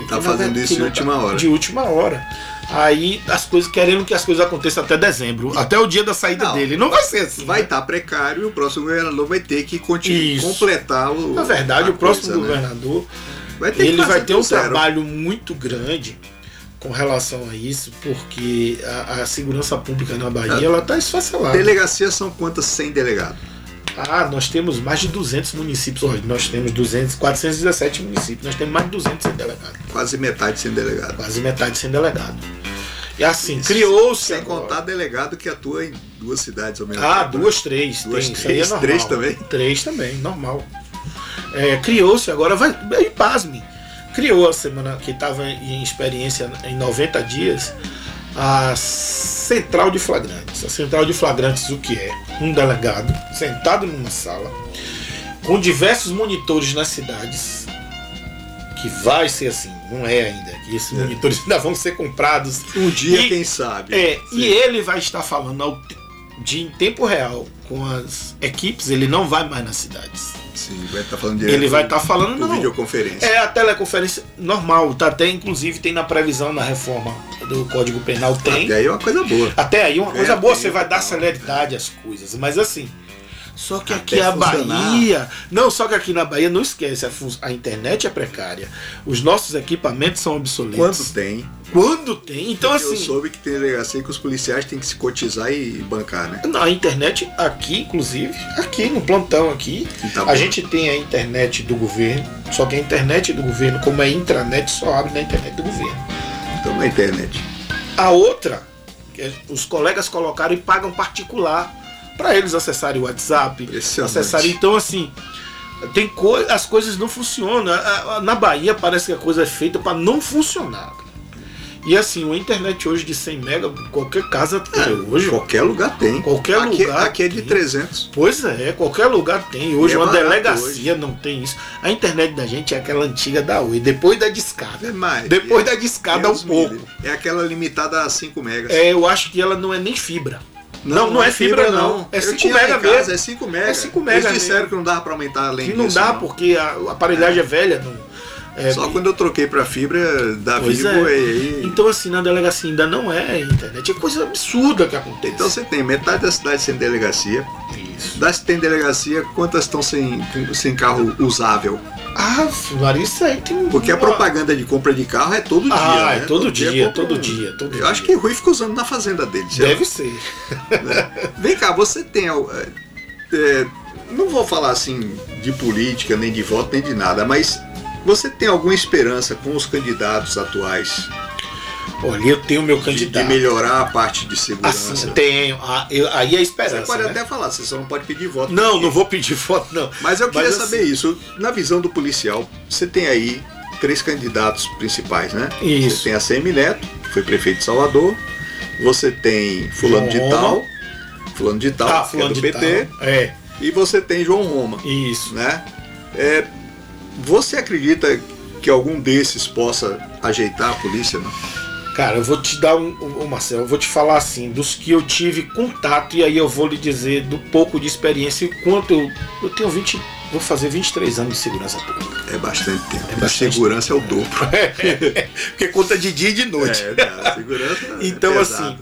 [SPEAKER 1] Tá
[SPEAKER 2] que
[SPEAKER 1] fazendo
[SPEAKER 2] não-
[SPEAKER 1] isso
[SPEAKER 2] que
[SPEAKER 1] de
[SPEAKER 2] não
[SPEAKER 1] última hora.
[SPEAKER 2] De última hora. Aí as coisas querendo que as coisas aconteçam até dezembro, até o dia da saída
[SPEAKER 1] Não,
[SPEAKER 2] dele. Não vai ser assim.
[SPEAKER 1] Vai estar precário e o próximo governador vai ter que continuar,
[SPEAKER 2] Isso.
[SPEAKER 1] completar o.
[SPEAKER 2] Na verdade,
[SPEAKER 1] a
[SPEAKER 2] o próximo
[SPEAKER 1] coisa, né?
[SPEAKER 2] governador
[SPEAKER 1] Vai que
[SPEAKER 2] ele
[SPEAKER 1] fazer
[SPEAKER 2] vai ter um
[SPEAKER 1] do zero.
[SPEAKER 2] trabalho muito grande com relação a isso, porque a, a segurança pública na Bahia
[SPEAKER 1] É.
[SPEAKER 2] ela está esfacelada.
[SPEAKER 1] Delegacias são quantas sem delegado?
[SPEAKER 2] Ah, nós temos mais de 200 municípios hoje. Nós temos 200, 417 municípios. Nós temos mais de 200 sem delegado.
[SPEAKER 1] Quase metade sem delegado.
[SPEAKER 2] Quase metade sem delegado. E assim,
[SPEAKER 1] Isso.
[SPEAKER 2] criou-se.
[SPEAKER 1] Sem
[SPEAKER 2] agora-
[SPEAKER 1] contar delegado que atua em duas cidades ao mesmo
[SPEAKER 2] Ah,
[SPEAKER 1] tempo. né?
[SPEAKER 2] duas, três.
[SPEAKER 1] Duas,
[SPEAKER 2] tem, isso aí é
[SPEAKER 1] três,
[SPEAKER 2] normal.
[SPEAKER 1] três também?
[SPEAKER 2] Três também, normal. É, Criou-se agora, vai, e pasme. Criou a semana que estava em experiência em 90 dias a central de flagrantes. A central de flagrantes, o que é? Um delegado sentado numa sala com diversos monitores nas cidades, que vai ser assim, não é ainda, que esses
[SPEAKER 1] É.
[SPEAKER 2] monitores (laughs) ainda vão ser comprados
[SPEAKER 1] Um dia,
[SPEAKER 2] E-
[SPEAKER 1] quem sabe.
[SPEAKER 2] é,
[SPEAKER 1] Sim.
[SPEAKER 2] e ele vai estar falando ao te- de em tempo real com as equipes, ele não vai mais nas cidades.
[SPEAKER 1] Sim, vai estar falando direto
[SPEAKER 2] Ele vai estar falando,
[SPEAKER 1] por
[SPEAKER 2] não.
[SPEAKER 1] videoconferência.
[SPEAKER 2] É a teleconferência normal, tá até inclusive tem na previsão na reforma do Código Penal tem.
[SPEAKER 1] E aí é uma coisa boa.
[SPEAKER 2] Até aí, uma
[SPEAKER 1] É,
[SPEAKER 2] coisa boa,
[SPEAKER 1] tem,
[SPEAKER 2] você vai dar
[SPEAKER 1] tá.
[SPEAKER 2] celeridade às coisas, mas assim. Só que
[SPEAKER 1] Até
[SPEAKER 2] aqui é a
[SPEAKER 1] funcionar.
[SPEAKER 2] Bahia. Não, só que aqui na Bahia, não esquece, a, fun- a internet é precária. Os nossos equipamentos são
[SPEAKER 1] Quanto
[SPEAKER 2] obsoletos.
[SPEAKER 1] tem?
[SPEAKER 2] Quando tem? Então,
[SPEAKER 1] Porque eu
[SPEAKER 2] assim.
[SPEAKER 1] soube que tem delegacia que os policiais têm que se cotizar e bancar, né?
[SPEAKER 2] Na internet, aqui, inclusive, aqui no plantão aqui,
[SPEAKER 1] Então,
[SPEAKER 2] a gente tem a internet do governo, só que a internet do governo, como é intranet, só abre na internet do governo.
[SPEAKER 1] então na internet.
[SPEAKER 2] A outra, que é- os colegas colocaram e pagam particular para eles acessarem o WhatsApp,
[SPEAKER 1] Impressionante.
[SPEAKER 2] acessarem. Então, assim, tem co as coisas não funcionam. A- a- Na Bahia parece que a coisa é feita para não funcionar. E assim, a internet hoje de 100 mega, qualquer casa tem É, hoje.
[SPEAKER 1] É, Qualquer lugar tem.
[SPEAKER 2] Qualquer
[SPEAKER 1] aqui,
[SPEAKER 2] lugar
[SPEAKER 1] Aqui é de
[SPEAKER 2] tem.
[SPEAKER 1] 300.
[SPEAKER 2] Pois é, qualquer lugar tem. Hoje
[SPEAKER 1] E é
[SPEAKER 2] uma
[SPEAKER 1] barato
[SPEAKER 2] delegacia não tem isso. A internet da gente é aquela antiga da Oi, depois da
[SPEAKER 1] É
[SPEAKER 2] descada.
[SPEAKER 1] mais.
[SPEAKER 2] Depois da descada um
[SPEAKER 1] Deus me
[SPEAKER 2] pouco.
[SPEAKER 1] livre. É aquela limitada a 5 megas.
[SPEAKER 2] É, eu acho que ela não é nem fibra. não, não é fibra, não. É
[SPEAKER 1] Eu
[SPEAKER 2] 5
[SPEAKER 1] tinha lá em
[SPEAKER 2] mega
[SPEAKER 1] casa,
[SPEAKER 2] mesmo.
[SPEAKER 1] É 5 mega.
[SPEAKER 2] É 5 mega
[SPEAKER 1] Eles disseram
[SPEAKER 2] mesmo.
[SPEAKER 1] que não dava pra aumentar além
[SPEAKER 2] Que
[SPEAKER 1] disso.
[SPEAKER 2] não dá porque a a aparelhagem é velha. Não, é,
[SPEAKER 1] Só quando eu troquei pra fibra da
[SPEAKER 2] Pois
[SPEAKER 1] Vivo
[SPEAKER 2] é.
[SPEAKER 1] e aí...
[SPEAKER 2] Então assim, na delegacia ainda não é internet. É coisa absurda que acontece.
[SPEAKER 1] Então você tem metade da cidade sem delegacia.
[SPEAKER 2] Isso.
[SPEAKER 1] Das que tem delegacia, quantas estão sem, sem carro usável?
[SPEAKER 2] Ah, Maria, isso aí tem um...
[SPEAKER 1] Porque a
[SPEAKER 2] uma-
[SPEAKER 1] propaganda de compra de carro é todo dia.
[SPEAKER 2] Ah, é
[SPEAKER 1] né?
[SPEAKER 2] todo dia,
[SPEAKER 1] compra
[SPEAKER 2] todo
[SPEAKER 1] um.
[SPEAKER 2] dia, todo
[SPEAKER 1] Eu acho
[SPEAKER 2] dia.
[SPEAKER 1] que é o Rui fica usando na fazenda dele. sei lá.
[SPEAKER 2] Deve ser.
[SPEAKER 1] Vem cá, você tem. al- é, é, não vou falar assim de política, nem de voto, nem de nada, mas você tem alguma esperança com os candidatos atuais
[SPEAKER 2] Olha, eu tenho meu
[SPEAKER 1] de, de
[SPEAKER 2] candidato.
[SPEAKER 1] melhorar a parte de segurança?
[SPEAKER 2] Assim, tenho. Ah, eu- aí é a
[SPEAKER 1] você
[SPEAKER 2] esperança.
[SPEAKER 1] pode
[SPEAKER 2] né?
[SPEAKER 1] até falar, você só não pode pedir voto.
[SPEAKER 2] Não, não vou pedir foto, não.
[SPEAKER 1] Mas eu queria
[SPEAKER 2] Mas assim-
[SPEAKER 1] saber isso. Na visão do policial, você tem aí três candidatos principais, né? Você
[SPEAKER 2] Isso.
[SPEAKER 1] tem a Semi Neto, que foi prefeito de Salvador. Você tem Fulano de
[SPEAKER 2] João
[SPEAKER 1] Tal. Fulano de Tal,
[SPEAKER 2] Tá,
[SPEAKER 1] que é
[SPEAKER 2] fulano
[SPEAKER 1] do
[SPEAKER 2] de
[SPEAKER 1] PT.
[SPEAKER 2] tal. É,
[SPEAKER 1] E você tem João Roma.
[SPEAKER 2] isso.
[SPEAKER 1] né? É, você acredita que algum desses possa ajeitar a polícia? Não?
[SPEAKER 2] Cara, eu vou te dar um, um, Marcelo, eu vou te falar assim, dos que eu tive contato, e aí eu vou lhe dizer do pouco de experiência e quanto eu. Eu tenho 20. Vou fazer 23 anos de segurança (laughs) pública.
[SPEAKER 1] É bastante tempo.
[SPEAKER 2] É bastante
[SPEAKER 1] E segurança é o dobro.
[SPEAKER 2] É, Porque conta de dia e de noite.
[SPEAKER 1] É, cara, (laughs) segurança. é
[SPEAKER 2] Então,
[SPEAKER 1] pesado.
[SPEAKER 2] assim,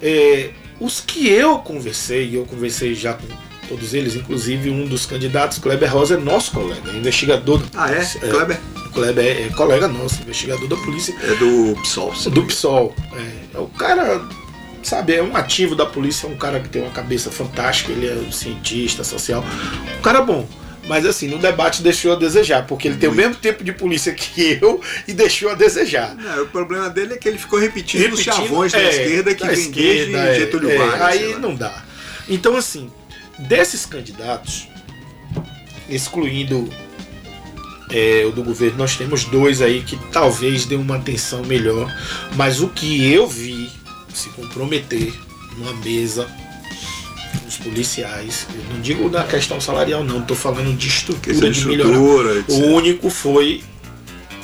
[SPEAKER 2] é, os que eu conversei, e eu conversei já com todos eles, inclusive um dos candidatos, Kleber Rosa, é nosso colega, investigador da
[SPEAKER 1] Ah, é?
[SPEAKER 2] polícia.
[SPEAKER 1] Kleber?
[SPEAKER 2] O Kleber é, é colega nosso, investigador da polícia,
[SPEAKER 1] É do PSOL. se
[SPEAKER 2] do
[SPEAKER 1] não me engano.
[SPEAKER 2] PSOL. É, é o cara, sabe, é um ativo da polícia, é um cara que tem uma cabeça fantástica, ele é um cientista social. Um cara bom. Mas assim, no debate deixou a desejar, porque ele tem o
[SPEAKER 1] Muito.
[SPEAKER 2] mesmo tempo de polícia que eu e deixou a desejar.
[SPEAKER 1] Não, o problema dele é que ele ficou repetindo, os
[SPEAKER 2] Repetindo,
[SPEAKER 1] chavões da
[SPEAKER 2] é,
[SPEAKER 1] esquerda que
[SPEAKER 2] da
[SPEAKER 1] vem
[SPEAKER 2] esquerda,
[SPEAKER 1] desde
[SPEAKER 2] é,
[SPEAKER 1] Getúlio né?
[SPEAKER 2] é,
[SPEAKER 1] Vargas. sei
[SPEAKER 2] Aí
[SPEAKER 1] lá.
[SPEAKER 2] não dá. Então, assim, Desses candidatos, excluindo é, o do governo, nós temos dois aí que talvez dê uma atenção melhor, mas o que eu vi se comprometer numa mesa os policiais, eu não digo na questão salarial não, estou falando de estrutura,
[SPEAKER 1] Questão de
[SPEAKER 2] de melhorar.
[SPEAKER 1] estrutura, etc.
[SPEAKER 2] O único foi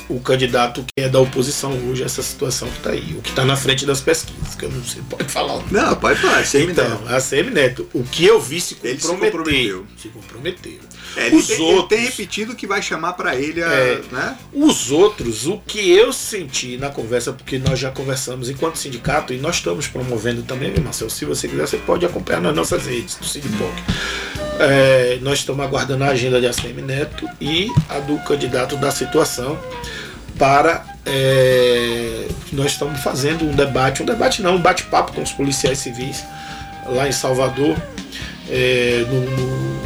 [SPEAKER 2] o candidato que é da oposição hoje, essa situação que está aí, o que está na frente das pesquisas, que eu não sei, pode falar o nome.
[SPEAKER 1] Não, pode falar, sempre
[SPEAKER 2] Então, a Semineto, o que eu vi se
[SPEAKER 1] Ele se
[SPEAKER 2] comprometeu.
[SPEAKER 1] comprometeu.
[SPEAKER 2] Se comprometeu.
[SPEAKER 1] É, ele,
[SPEAKER 2] Os
[SPEAKER 1] tem, ele
[SPEAKER 2] outros.
[SPEAKER 1] tem repetido que vai chamar pra ele a.
[SPEAKER 2] É.
[SPEAKER 1] Né?
[SPEAKER 2] Os outros, o que eu senti na conversa, porque nós já conversamos enquanto sindicato e nós estamos promovendo também, viu, Marcelo. Se você quiser, você pode acompanhar nas nossas redes do Sindipoc. É, nós estamos aguardando a agenda de ACM Neto e a do candidato da situação para. é, nós estamos fazendo um debate, um debate não, um bate-papo com os policiais civis lá em Salvador, é, no- no,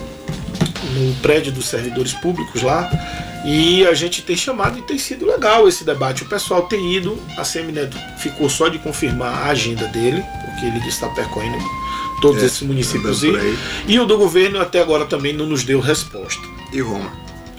[SPEAKER 2] no prédio dos servidores públicos lá. E a gente tem chamado e tem sido legal esse debate. O pessoal tem ido, a Semineto ficou só de confirmar a agenda dele, porque ele está percorrendo todos
[SPEAKER 1] É,
[SPEAKER 2] esses municípios.
[SPEAKER 1] Andando por
[SPEAKER 2] E,
[SPEAKER 1] aí.
[SPEAKER 2] e o do governo até agora também não nos deu resposta.
[SPEAKER 1] E Roma.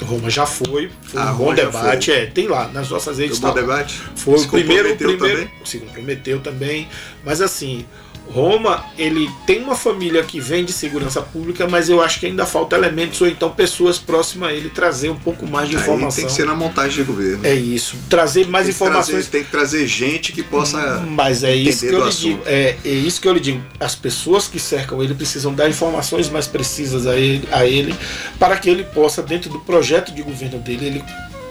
[SPEAKER 2] Roma já foi, foi
[SPEAKER 1] Ah,
[SPEAKER 2] um bom
[SPEAKER 1] Roma já
[SPEAKER 2] debate, é, tem lá nas nossas redes.
[SPEAKER 1] Tomou
[SPEAKER 2] tá lá.
[SPEAKER 1] debate?
[SPEAKER 2] Foi
[SPEAKER 1] Se
[SPEAKER 2] o primeiro, o
[SPEAKER 1] comprometeu
[SPEAKER 2] primeiro
[SPEAKER 1] também?
[SPEAKER 2] se comprometeu também, mas assim, Roma, ele tem uma família que vem de segurança pública, mas eu acho que ainda falta elementos ou então pessoas próximas a ele trazer um pouco mais de
[SPEAKER 1] Aí tem
[SPEAKER 2] informação.
[SPEAKER 1] que ser na montagem do governo.
[SPEAKER 2] É isso, trazer mais
[SPEAKER 1] Tem que
[SPEAKER 2] informações.
[SPEAKER 1] trazer- tem que trazer gente que possa.
[SPEAKER 2] Mas é isso que
[SPEAKER 1] entender
[SPEAKER 2] eu
[SPEAKER 1] do
[SPEAKER 2] lhe digo.
[SPEAKER 1] assunto.
[SPEAKER 2] É, é isso que eu lhe digo. As pessoas que cercam ele precisam dar informações mais precisas a ele, a ele para que ele possa, dentro do projeto de governo dele, ele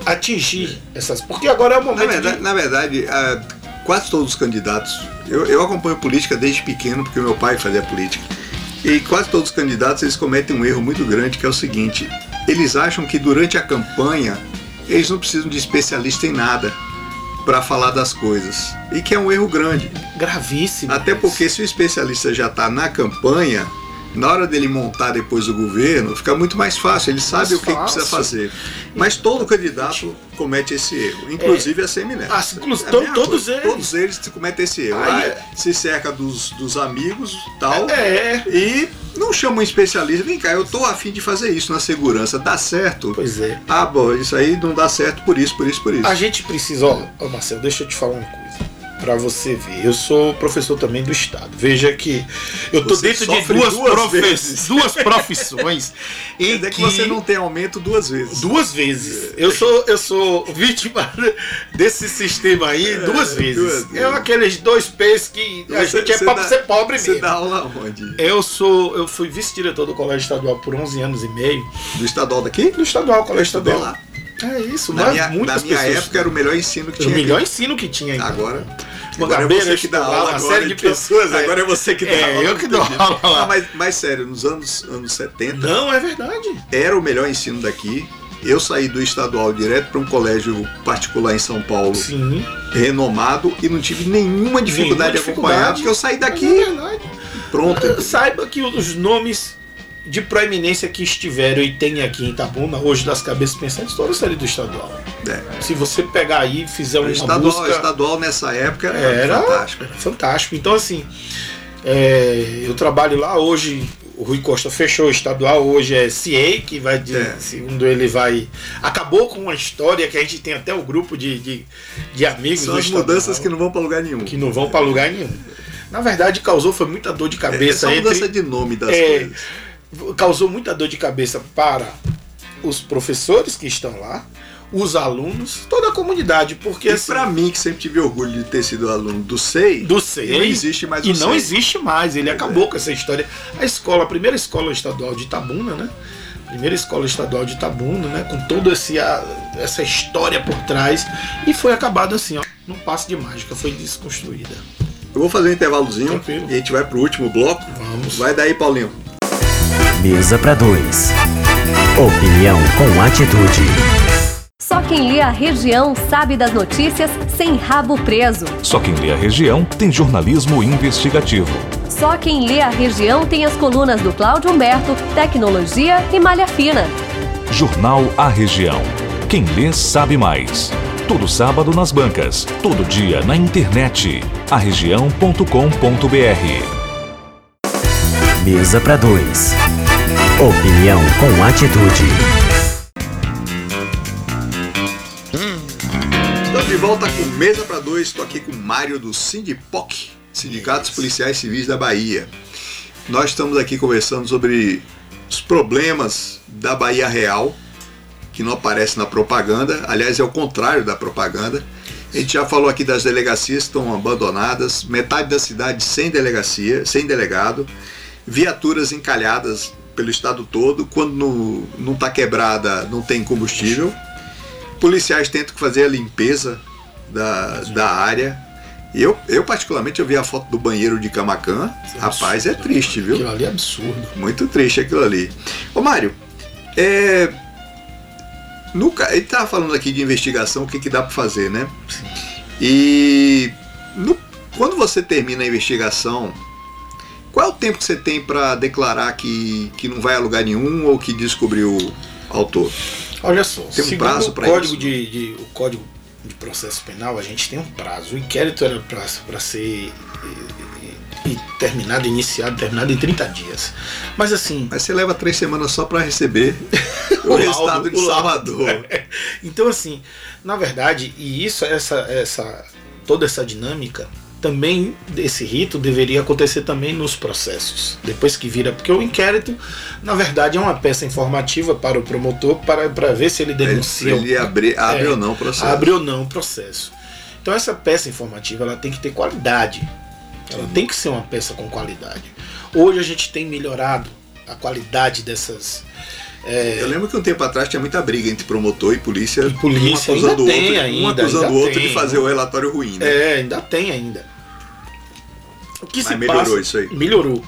[SPEAKER 2] atingir essas. Porque agora é o
[SPEAKER 1] Na
[SPEAKER 2] momento.
[SPEAKER 1] verdade, na verdade, ah, quase todos os candidatos. Eu, eu acompanho política desde pequeno, porque meu pai fazia política. E quase todos os candidatos eles cometem um erro muito grande, que é o seguinte: eles acham que durante a campanha eles não precisam de especialista em nada para falar das coisas. E que é um erro grande.
[SPEAKER 2] de... gravíssimo.
[SPEAKER 1] Até porque se o especialista já está na campanha, na hora dele montar depois o governo, fica muito mais fácil, ele sabe
[SPEAKER 2] Mais
[SPEAKER 1] o que, que precisa
[SPEAKER 2] fácil. É.
[SPEAKER 1] fazer. Mas todo candidato comete esse erro, inclusive a Semineto.
[SPEAKER 2] Ah, inclusive,
[SPEAKER 1] a mesma
[SPEAKER 2] todos eles.
[SPEAKER 1] Todos eles cometem esse erro.
[SPEAKER 2] Ah,
[SPEAKER 1] Aí
[SPEAKER 2] é.
[SPEAKER 1] se cerca dos, dos amigos tal,
[SPEAKER 2] É.
[SPEAKER 1] e não chama um especialista. Vem cá, eu tô afim de fazer isso na segurança, dá certo?
[SPEAKER 2] Pois é.
[SPEAKER 1] Ah, bom, isso aí não dá certo por isso, por isso, por isso.
[SPEAKER 2] A gente precisa, ó, ó Marcelo, deixa eu te falar uma coisa. Pra você ver, eu sou professor também do Estado. Veja que eu tô
[SPEAKER 1] Você
[SPEAKER 2] dentro de
[SPEAKER 1] sofre
[SPEAKER 2] duas,
[SPEAKER 1] duas
[SPEAKER 2] profe-
[SPEAKER 1] vezes.
[SPEAKER 2] duas
[SPEAKER 1] (laughs)
[SPEAKER 2] profissões em
[SPEAKER 1] Ainda que... você não tem aumento duas vezes.
[SPEAKER 2] duas vezes. Eu sou eu sou vítima (laughs) desse sistema aí duas
[SPEAKER 1] É,
[SPEAKER 2] vezes.
[SPEAKER 1] duas
[SPEAKER 2] É aqueles dois P's que a
[SPEAKER 1] Você-
[SPEAKER 2] gente é
[SPEAKER 1] você
[SPEAKER 2] pra
[SPEAKER 1] dá-
[SPEAKER 2] ser pobre
[SPEAKER 1] Você
[SPEAKER 2] mesmo.
[SPEAKER 1] dá aula onde?
[SPEAKER 2] Eu sou eu fui vice-diretor do Colégio Estadual por 11 anos e meio.
[SPEAKER 1] Do estadual daqui?
[SPEAKER 2] Do Estadual, Colégio
[SPEAKER 1] Estudei
[SPEAKER 2] Estadual.
[SPEAKER 1] lá.
[SPEAKER 2] É isso,
[SPEAKER 1] Na
[SPEAKER 2] mas
[SPEAKER 1] minha, na
[SPEAKER 2] muitas
[SPEAKER 1] minha
[SPEAKER 2] pessoas
[SPEAKER 1] época era o melhor ensino que
[SPEAKER 2] Era
[SPEAKER 1] tinha.
[SPEAKER 2] o melhor ensino que tinha
[SPEAKER 1] aqui.
[SPEAKER 2] ainda.
[SPEAKER 1] Agora, agora é
[SPEAKER 2] Mangabeira,
[SPEAKER 1] você que dá
[SPEAKER 2] estudava,
[SPEAKER 1] aula.
[SPEAKER 2] uma
[SPEAKER 1] Agora,
[SPEAKER 2] série de
[SPEAKER 1] então.
[SPEAKER 2] pessoas, aí-
[SPEAKER 1] Agora é você que dá
[SPEAKER 2] É,
[SPEAKER 1] aula.
[SPEAKER 2] eu que dou
[SPEAKER 1] entendi.
[SPEAKER 2] aula lá.
[SPEAKER 1] Não, mas, mas sério, nos anos, anos 70
[SPEAKER 2] Não, é verdade.
[SPEAKER 1] era o melhor ensino daqui. Eu saí do estadual direto para um colégio particular em São Paulo,
[SPEAKER 2] Sim.
[SPEAKER 1] renomado, e não tive nenhuma dificuldade
[SPEAKER 2] dificuldade.
[SPEAKER 1] de acompanhar, porque eu saí
[SPEAKER 2] É
[SPEAKER 1] daqui
[SPEAKER 2] verdade.
[SPEAKER 1] pronto.
[SPEAKER 2] Saiba que os nomes de proeminência que estiveram e tem aqui em Itabuna, hoje das cabeças pensantes, todos saíram do estadual.
[SPEAKER 1] É.
[SPEAKER 2] Se você pegar aí e fizer
[SPEAKER 1] O
[SPEAKER 2] uma
[SPEAKER 1] estadual,
[SPEAKER 2] busca...
[SPEAKER 1] estadual nessa época era,
[SPEAKER 2] Era-
[SPEAKER 1] fantástico.
[SPEAKER 2] Fantástico. Então, assim, é, eu trabalho lá hoje. O Rui Costa fechou o estadual, hoje é CIEI, que vai, de-
[SPEAKER 1] É.
[SPEAKER 2] segundo ele, vai. Acabou com uma história que a gente tem até o grupo de, de, de amigos.
[SPEAKER 1] São
[SPEAKER 2] do
[SPEAKER 1] as
[SPEAKER 2] estadual,
[SPEAKER 1] mudanças que não vão para lugar nenhum.
[SPEAKER 2] que não vão para lugar nenhum. Na verdade, causou foi muita dor de
[SPEAKER 1] Essa
[SPEAKER 2] cabeça.
[SPEAKER 1] É, mudança
[SPEAKER 2] entre,
[SPEAKER 1] de nome das
[SPEAKER 2] É,
[SPEAKER 1] coisas.
[SPEAKER 2] Causou muita dor de cabeça para os professores que estão lá, os alunos, toda a comunidade, porque
[SPEAKER 1] E
[SPEAKER 2] assim,
[SPEAKER 1] pra mim, que sempre tive orgulho de ter sido aluno do SEI,
[SPEAKER 2] do
[SPEAKER 1] não
[SPEAKER 2] CIEI,
[SPEAKER 1] existe mais
[SPEAKER 2] E
[SPEAKER 1] o É,
[SPEAKER 2] não
[SPEAKER 1] SEI.
[SPEAKER 2] existe mais, ele acabou com essa história. A escola, a primeira escola estadual de Itabuna, né? Primeira escola estadual de Itabuna, né? Com toda essa história por trás. E foi acabado assim, ó. Num passo de mágica, foi desconstruída.
[SPEAKER 1] Eu vou fazer um intervalozinho
[SPEAKER 2] Tranquilo.
[SPEAKER 1] e a gente vai pro último bloco.
[SPEAKER 2] Vamos.
[SPEAKER 1] Vai daí, Paulinho.
[SPEAKER 4] Mesa para dois. Opinião com atitude.
[SPEAKER 5] Só quem lê a região sabe das notícias sem rabo preso.
[SPEAKER 6] Só quem lê a região tem jornalismo investigativo.
[SPEAKER 5] Só quem lê a região tem as colunas do Cláudio Humberto, Tecnologia e Malha Fina.
[SPEAKER 6] Jornal A Região. Quem lê sabe mais. Todo sábado nas bancas, todo dia na internet. Aregião.com.br.
[SPEAKER 4] Mesa para dois. Opinião com atitude.
[SPEAKER 1] Estamos de volta com Mesa para Dois. Estou aqui com o Mário do Sindipoc, Sindicatos Policiais Civis da Bahia. Nós estamos aqui conversando sobre os problemas da Bahia Real, que não aparece na propaganda. Aliás, é o contrário da propaganda. A gente já falou aqui das delegacias que estão abandonadas, metade da cidade sem delegacia, sem delegado, viaturas encalhadas pelo estado todo, quando no- não está quebrada não tem combustível. Policiais tentam fazer a limpeza da, da área. E Eu, eu, particularmente, eu vi a foto do banheiro de Camacan. Rapaz, é triste, viu?
[SPEAKER 2] Aquilo ali é absurdo.
[SPEAKER 1] Muito triste aquilo ali. Ô Mário, é. Nunca, ele tava falando aqui de investigação, o que, que dá para fazer, né? E no- quando você termina a investigação, qual é o tempo que você tem para declarar que, que não vai a lugar nenhum ou que descobriu o autor?
[SPEAKER 2] Olha só,
[SPEAKER 1] Tem um
[SPEAKER 2] segundo
[SPEAKER 1] prazo
[SPEAKER 2] o
[SPEAKER 1] pra
[SPEAKER 2] código
[SPEAKER 1] isso? né?
[SPEAKER 2] De, de- o código de processo penal, a gente tem um prazo. O inquérito era para ser eh, eh, terminado, iniciado, terminado em 30 dias. Mas assim,
[SPEAKER 1] Mas você leva três semanas só
[SPEAKER 2] (laughs)
[SPEAKER 1] para receber o,
[SPEAKER 2] O laudo,
[SPEAKER 1] resultado de
[SPEAKER 2] o laudo.
[SPEAKER 1] Salvador.
[SPEAKER 2] (laughs) Então, assim, na verdade, e isso, essa, essa, toda essa dinâmica, também esse rito deveria acontecer também nos processos, depois que vira, porque o inquérito, na verdade, é uma peça informativa para o promotor para, para ver se ele denuncia,
[SPEAKER 1] É, Ele abre, abre
[SPEAKER 2] É,
[SPEAKER 1] ou não o processo.
[SPEAKER 2] abre ou não o processo. Então, essa peça informativa ela tem que ter qualidade, ela tem que ser uma peça com qualidade. Hoje a gente tem melhorado a qualidade dessas,
[SPEAKER 1] Eu lembro que um tempo atrás tinha muita briga entre promotor e polícia,
[SPEAKER 2] E polícia,
[SPEAKER 1] um acusando o
[SPEAKER 2] ainda
[SPEAKER 1] outro,
[SPEAKER 2] tem
[SPEAKER 1] um
[SPEAKER 2] ainda,
[SPEAKER 1] acusando
[SPEAKER 2] ainda
[SPEAKER 1] o outro de
[SPEAKER 2] tem.
[SPEAKER 1] fazer o relatório ruim, né?
[SPEAKER 2] É, ainda tem ainda. O que
[SPEAKER 1] Mas
[SPEAKER 2] se
[SPEAKER 1] melhorou
[SPEAKER 2] passa-
[SPEAKER 1] isso aí.
[SPEAKER 2] Melhorou.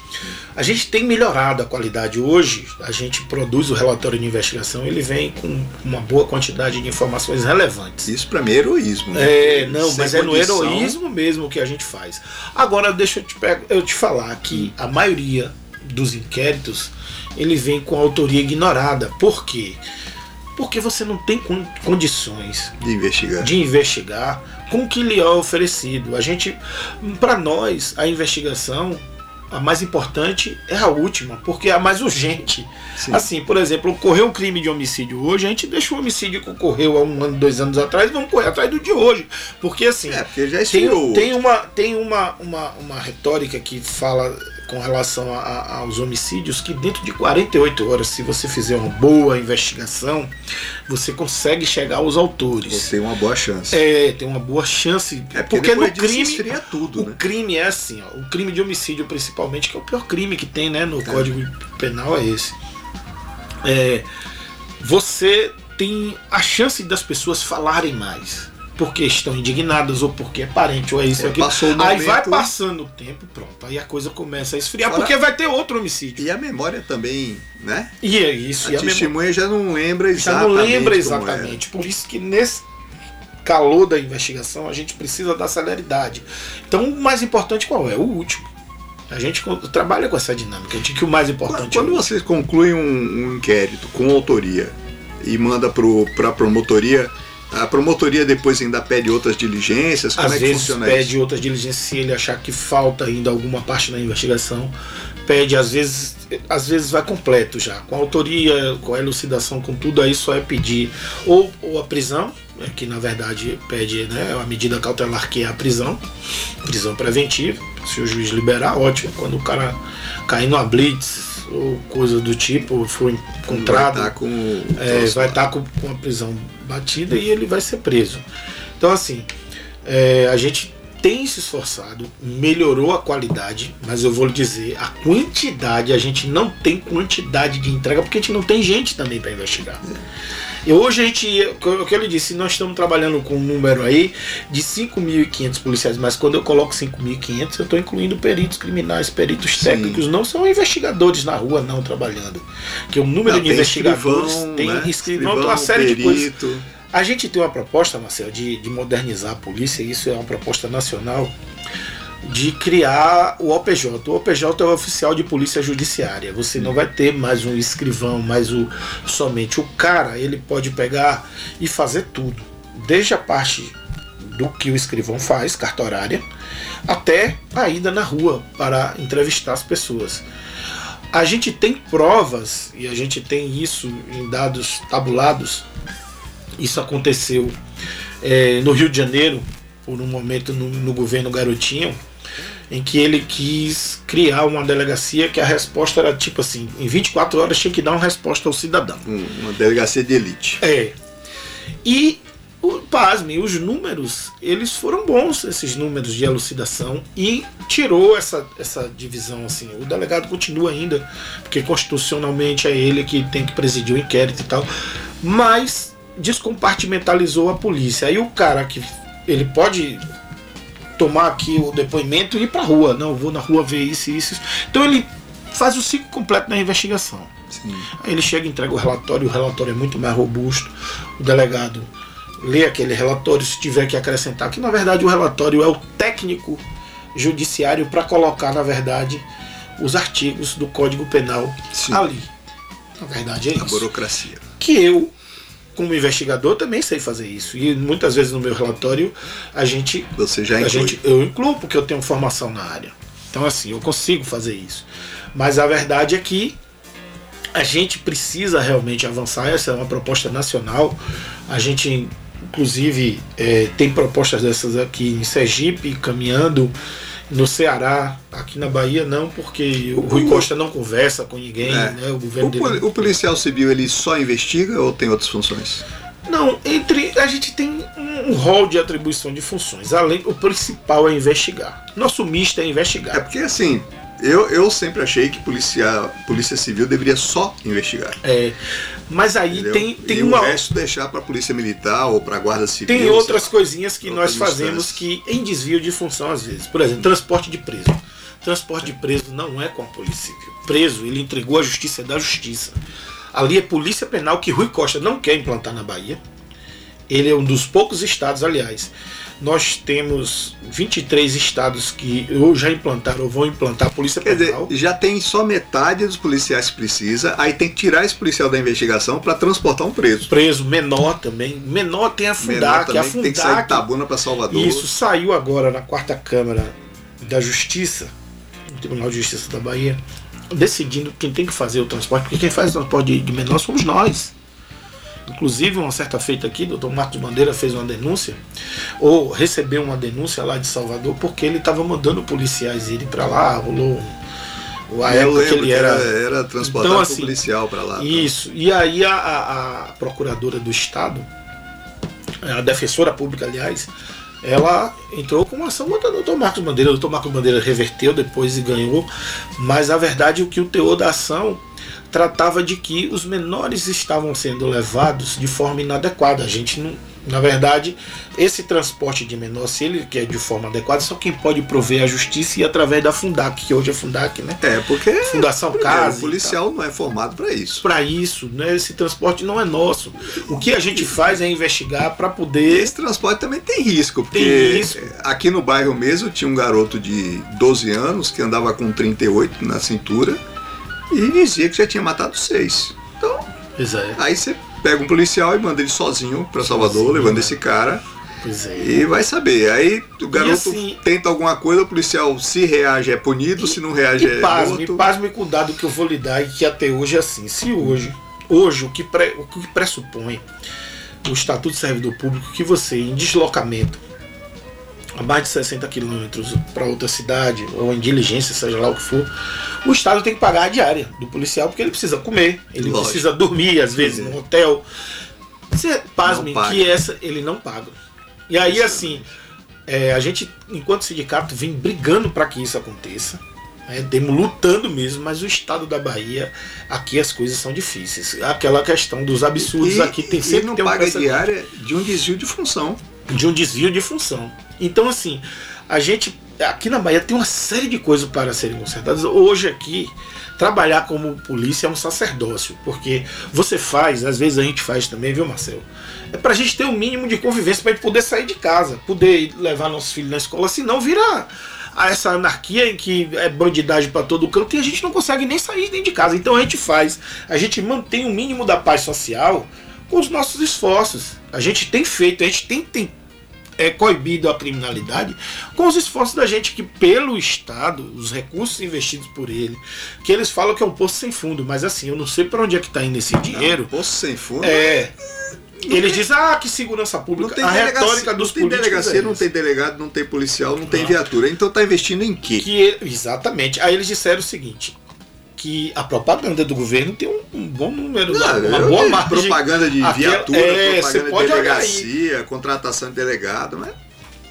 [SPEAKER 2] A gente tem melhorado a qualidade hoje. A gente produz o relatório de investigação, ele vem com uma boa quantidade de informações relevantes.
[SPEAKER 1] Isso pra mim é heroísmo. né?
[SPEAKER 2] É, não,
[SPEAKER 1] Sem
[SPEAKER 2] mas é no
[SPEAKER 1] condição.
[SPEAKER 2] heroísmo mesmo que a gente faz. Agora, deixa eu te, pe- eu te falar que a maioria dos inquéritos ele vem com a autoria ignorada. Por quê? Porque você não tem con- condições
[SPEAKER 1] de investigar.
[SPEAKER 2] de investigar com o que lhe é oferecido. A gente, para nós, a investigação a mais importante é a última, porque é a mais urgente.
[SPEAKER 1] Sim.
[SPEAKER 2] Assim, por exemplo, ocorreu um crime de homicídio hoje, a gente deixa o homicídio que ocorreu há um ano, dois anos atrás, vamos correr atrás do de hoje, porque assim
[SPEAKER 1] É, porque já
[SPEAKER 2] tem,
[SPEAKER 1] expirou.
[SPEAKER 2] tem uma tem uma, uma, uma retórica que fala com relação a- a- aos homicídios que dentro de 48 horas, se você fizer uma boa investigação, você consegue chegar aos autores.
[SPEAKER 1] Você tem uma boa chance.
[SPEAKER 2] É, tem uma boa chance.
[SPEAKER 1] É, porque
[SPEAKER 2] porque
[SPEAKER 1] depois
[SPEAKER 2] no
[SPEAKER 1] disso
[SPEAKER 2] crime.
[SPEAKER 1] esfria tudo,
[SPEAKER 2] o
[SPEAKER 1] né?
[SPEAKER 2] crime é assim, ó. O crime de homicídio, principalmente, que é o pior crime que tem, né? No
[SPEAKER 1] É.
[SPEAKER 2] Código Penal é esse. É, você tem a chance das pessoas falarem mais. Porque estão indignadas, ou porque é parente, ou é isso,
[SPEAKER 1] É,
[SPEAKER 2] ou aquilo.
[SPEAKER 1] passou o
[SPEAKER 2] aí vai
[SPEAKER 1] momento.
[SPEAKER 2] passando o tempo, pronto. Aí a coisa começa a esfriar,
[SPEAKER 1] Fora-
[SPEAKER 2] porque vai ter outro homicídio.
[SPEAKER 1] E a memória também, né?
[SPEAKER 2] E é isso.
[SPEAKER 1] A
[SPEAKER 2] e a memória-
[SPEAKER 1] testemunha já não lembra
[SPEAKER 2] já
[SPEAKER 1] exatamente.
[SPEAKER 2] não lembra
[SPEAKER 1] como era.
[SPEAKER 2] exatamente. Por isso que nesse calor da investigação a gente precisa da celeridade. Então o mais importante qual é? O último. A gente co- trabalha com essa dinâmica de que o mais
[SPEAKER 1] Quando,
[SPEAKER 2] importante
[SPEAKER 1] quando
[SPEAKER 2] é o
[SPEAKER 1] você conclui um, um inquérito com autoria e manda para a promotoria, a promotoria depois ainda pede outras diligências, como
[SPEAKER 2] às
[SPEAKER 1] é que
[SPEAKER 2] vezes
[SPEAKER 1] funciona isso?
[SPEAKER 2] pede outras diligências se ele achar que falta ainda alguma parte da investigação. Pede, às vezes, às vezes vai completo já, com a autoria, com a elucidação, com tudo, aí só é pedir ou, ou a prisão, né, que na verdade pede né, a medida cautelar que é a prisão, prisão preventiva, se o juiz liberar, ótimo, quando o cara cair numa blitz ou coisa do tipo, foi encontrado,
[SPEAKER 1] Vai tá com o
[SPEAKER 2] é,
[SPEAKER 1] troço
[SPEAKER 2] vai
[SPEAKER 1] lá.
[SPEAKER 2] estar com, com a prisão batida e ele vai ser preso. Então, assim, é, a gente tem se esforçado, melhorou a qualidade, mas eu vou lhe dizer, a quantidade, a gente não tem quantidade de entrega, porque a gente não tem gente também para investigar. E hoje a gente, o que eu- o que eu lhe disse, nós estamos trabalhando com um número aí de 5.500 policiais, mas quando eu coloco 5.500, eu estou incluindo peritos criminais, peritos
[SPEAKER 1] Sim.
[SPEAKER 2] técnicos, não são investigadores na rua não trabalhando. Que o número
[SPEAKER 1] Não,
[SPEAKER 2] de investigadores
[SPEAKER 1] escrivão,
[SPEAKER 2] tem
[SPEAKER 1] né?
[SPEAKER 2] escrivão, tem
[SPEAKER 1] Escrivão,
[SPEAKER 2] uma série de coisas.
[SPEAKER 1] perito.
[SPEAKER 2] A gente tem uma proposta, Marcelo, de, de modernizar a polícia, e isso é uma proposta nacional, de criar o OPJ. O OPJ é o oficial de polícia judiciária. Você não vai ter mais um escrivão, mais o somente o cara, ele pode pegar e fazer tudo. Desde a parte do que o escrivão faz, cartorária, até a ida na rua para entrevistar as pessoas. a gente tem provas, e a gente tem isso em dados tabulados. Isso aconteceu é, no Rio de Janeiro, por um momento no, no governo Garotinho, em que ele quis criar uma delegacia que a resposta era tipo assim: em 24 horas tinha que dar uma resposta ao cidadão.
[SPEAKER 1] Um- Uma delegacia de elite.
[SPEAKER 2] É. E, o- pasmem, os números, eles foram bons, esses números de elucidação, e tirou essa, essa divisão, assim. O delegado continua ainda, porque constitucionalmente é ele que tem que presidir o inquérito e tal, mas descompartimentalizou a polícia. Aí o cara que ele pode tomar aqui o depoimento e ir pra rua. Não, eu vou na rua ver isso e isso. isso. Então ele faz o ciclo completo da investigação.
[SPEAKER 1] Sim.
[SPEAKER 2] Aí ele chega e entrega o relatório, o relatório é muito mais robusto. O delegado lê aquele relatório, se tiver que acrescentar, que na verdade o relatório é o técnico judiciário para colocar, na verdade, os artigos do Código Penal
[SPEAKER 1] Sim.
[SPEAKER 2] ali. Na verdade é
[SPEAKER 1] A
[SPEAKER 2] isso.
[SPEAKER 1] burocracia.
[SPEAKER 2] Que eu, como investigador, também sei fazer isso. E muitas vezes no meu relatório a gente
[SPEAKER 1] Você já
[SPEAKER 2] a
[SPEAKER 1] inclui.
[SPEAKER 2] gente, eu incluo porque eu tenho formação na área. Então, assim, eu consigo fazer isso. Mas a verdade é que a gente precisa realmente avançar. Essa é uma proposta nacional. A gente, inclusive, eh, tem propostas dessas aqui em Sergipe, caminhando. No Ceará, aqui na Bahia, não, porque o Rui Costa não conversa com ninguém,
[SPEAKER 1] É.
[SPEAKER 2] né? O governo
[SPEAKER 1] O,
[SPEAKER 2] dele.
[SPEAKER 1] poli- o policial civil ele só investiga ou tem outras funções?
[SPEAKER 2] Não, entre a gente tem um um rol de atribuição de funções. Além, o principal é investigar. Nosso misto é investigar.
[SPEAKER 1] É porque assim, eu, eu sempre achei que polícia, polícia civil deveria só investigar.
[SPEAKER 2] É, mas aí
[SPEAKER 1] entendeu?
[SPEAKER 2] tem,
[SPEAKER 1] e
[SPEAKER 2] tem,
[SPEAKER 1] o
[SPEAKER 2] uma,
[SPEAKER 1] resto é deixar para polícia militar ou para guarda civil.
[SPEAKER 2] tem outras coisinhas que nós
[SPEAKER 1] outras
[SPEAKER 2] fazemos que em desvio de função às vezes. Por exemplo, transporte de preso. Transporte de preso não é com a polícia civil. Preso, ele entregou à justiça é da justiça. Ali é polícia penal que Rui Costa não quer implantar na Bahia. Ele é um dos poucos estados, aliás. Nós temos 23 estados que ou já implantaram ou vão implantar a polícia
[SPEAKER 1] Quer dizer,
[SPEAKER 2] penal.
[SPEAKER 1] já tem só metade dos policiais que precisa, aí tem que tirar esse policial da investigação para transportar um preso.
[SPEAKER 2] Preso menor também. Menor tem a
[SPEAKER 1] Menor
[SPEAKER 2] Fundac.
[SPEAKER 1] também
[SPEAKER 2] a
[SPEAKER 1] que tem que sair de
[SPEAKER 2] Fundac
[SPEAKER 1] Tabuna para Salvador.
[SPEAKER 2] Isso saiu agora na quarta Câmara da Justiça, no Tribunal de Justiça da Bahia, decidindo quem tem que fazer o transporte, porque quem faz o transporte de- de menor somos nós. Inclusive, uma certa feita aqui, o doutor Marcos Bandeira fez uma denúncia, ou recebeu uma denúncia lá de Salvador, porque ele estava mandando policiais irem para lá, rolou um- a
[SPEAKER 1] Eu
[SPEAKER 2] época que
[SPEAKER 1] lembro
[SPEAKER 2] ele era.
[SPEAKER 1] era transportado
[SPEAKER 2] Então,
[SPEAKER 1] por
[SPEAKER 2] assim,
[SPEAKER 1] policial para lá. tá?
[SPEAKER 2] Isso. E aí a, a- a procuradora do Estado, É, a defensora pública, aliás, ela entrou com uma ação contra o Dr. Marcos Bandeira. O Dr. Marcos Bandeira reverteu depois e ganhou. Mas a verdade é que o teor da ação tratava de que os menores estavam sendo levados de forma inadequada. A gente não. Na verdade, esse transporte de menor, se ele que é de forma adequada, só quem pode prover é a justiça e através da Fundac, que hoje é Fundac, né?
[SPEAKER 1] É, porque
[SPEAKER 2] Fundação
[SPEAKER 1] primeiro,
[SPEAKER 2] Casa.
[SPEAKER 1] o
[SPEAKER 2] e tal
[SPEAKER 1] policial não é formado para isso.
[SPEAKER 2] para isso, né? Esse transporte não é nosso. O que a gente faz é investigar para
[SPEAKER 1] E
[SPEAKER 2] poder
[SPEAKER 1] esse transporte também tem risco, porque
[SPEAKER 2] Tem risco.
[SPEAKER 1] aqui no bairro mesmo tinha um garoto de 12 anos que andava com 38 na cintura e dizia que já tinha matado seis. Então,
[SPEAKER 2] Pois é,
[SPEAKER 1] aí você pega um policial e manda ele sozinho para Salvador,
[SPEAKER 2] Sozinho,
[SPEAKER 1] levando
[SPEAKER 2] né?
[SPEAKER 1] esse cara
[SPEAKER 2] pois é.
[SPEAKER 1] e vai saber. Aí o garoto
[SPEAKER 2] assim-
[SPEAKER 1] tenta alguma coisa, o policial se reage é punido, se não reage
[SPEAKER 2] E
[SPEAKER 1] é
[SPEAKER 2] pasme,
[SPEAKER 1] morto.
[SPEAKER 2] pasme com o dado que eu vou lhe dar e que até hoje é assim. Se hoje, hoje o que, pre- o que pressupõe o Estatuto do Servidor Público que você, em deslocamento, a mais de 60 quilômetros para outra cidade, ou em diligência, seja lá o que for, o Estado tem que pagar a diária do policial, porque ele precisa comer, ele
[SPEAKER 1] Lógico.
[SPEAKER 2] precisa dormir, às vezes,
[SPEAKER 1] Uhum.
[SPEAKER 2] no hotel. Você, pasme,
[SPEAKER 1] paga.
[SPEAKER 2] que essa ele não paga. E aí, assim, é, a gente, enquanto sindicato, vem brigando para que isso aconteça. né? Demo lutando mesmo, mas o estado da Bahia, aqui as coisas são difíceis. Aquela questão dos absurdos aqui tem
[SPEAKER 1] e
[SPEAKER 2] sempre
[SPEAKER 1] não
[SPEAKER 2] tem um
[SPEAKER 1] paga
[SPEAKER 2] pensamento
[SPEAKER 1] diária de um desvio de função.
[SPEAKER 2] de um desvio de função. Então, assim, a gente aqui na Bahia tem uma série de coisas para serem consertadas. Hoje aqui, trabalhar como polícia é um sacerdócio, porque você faz, às vezes a gente faz também, viu, Marcelo? É pra gente ter o mínimo de convivência pra gente poder sair de casa, poder ir levar nossos filhos na escola, senão vira a essa anarquia em que é bandidagem pra todo canto e a gente não consegue nem sair nem de casa. Então a gente faz, a gente mantém o mínimo da paz social com os nossos esforços. A gente tem feito, a gente tem, tem é coibido a criminalidade com os esforços da gente que pelo Estado, os recursos investidos por ele, que eles falam que é um poço sem fundo, mas assim, eu não sei para onde é que tá indo esse dinheiro.
[SPEAKER 1] Poço sem fundo.
[SPEAKER 2] É. Eles dizem, ah, que segurança
[SPEAKER 1] Não
[SPEAKER 2] pública.
[SPEAKER 1] tem
[SPEAKER 2] A
[SPEAKER 1] delegacia,
[SPEAKER 2] retórica dos
[SPEAKER 1] não tem
[SPEAKER 2] políticos.
[SPEAKER 1] delegacia,
[SPEAKER 2] é
[SPEAKER 1] não
[SPEAKER 2] essa.
[SPEAKER 1] tem delegado, não tem policial, não tem viatura. Então tá investindo em quê?
[SPEAKER 2] Que ele- exatamente. Aí eles disseram o seguinte: que a propaganda do governo tem um, um bom número, uma,
[SPEAKER 1] Não,
[SPEAKER 2] uma
[SPEAKER 1] eu
[SPEAKER 2] boa
[SPEAKER 1] vejo
[SPEAKER 2] margem.
[SPEAKER 1] é propaganda de
[SPEAKER 2] Aquela-
[SPEAKER 1] viatura,
[SPEAKER 2] é, você
[SPEAKER 1] propaganda de
[SPEAKER 2] pode olhar aí.
[SPEAKER 1] delegacia, contratação de delegado, mas é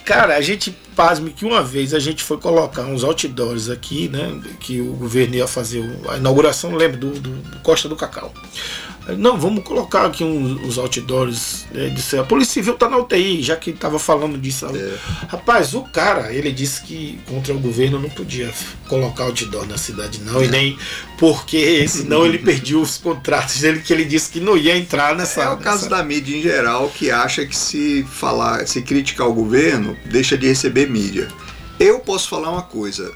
[SPEAKER 2] Cara, a gente pasme que uma vez a gente foi colocar uns outdoors aqui, né? Que o governo ia fazer o- a inauguração, lembra, do, do Costa do Cacau. Aí, Não, vamos colocar aqui uns, uns outdoors. É, disse, a Polícia Civil tá na UTI, já que tava falando disso.
[SPEAKER 1] É.
[SPEAKER 2] Rapaz, o cara, ele disse que contra o governo não podia colocar outdoor na cidade,
[SPEAKER 1] É.
[SPEAKER 2] não, e nem porque senão
[SPEAKER 1] (laughs)
[SPEAKER 2] ele perdeu os contratos dele, que ele disse que não ia entrar nessa.
[SPEAKER 1] é o caso
[SPEAKER 2] nessa-
[SPEAKER 1] da mídia em geral que acha que se falar, se criticar o governo, deixa de receber mídia. Eu posso falar uma coisa.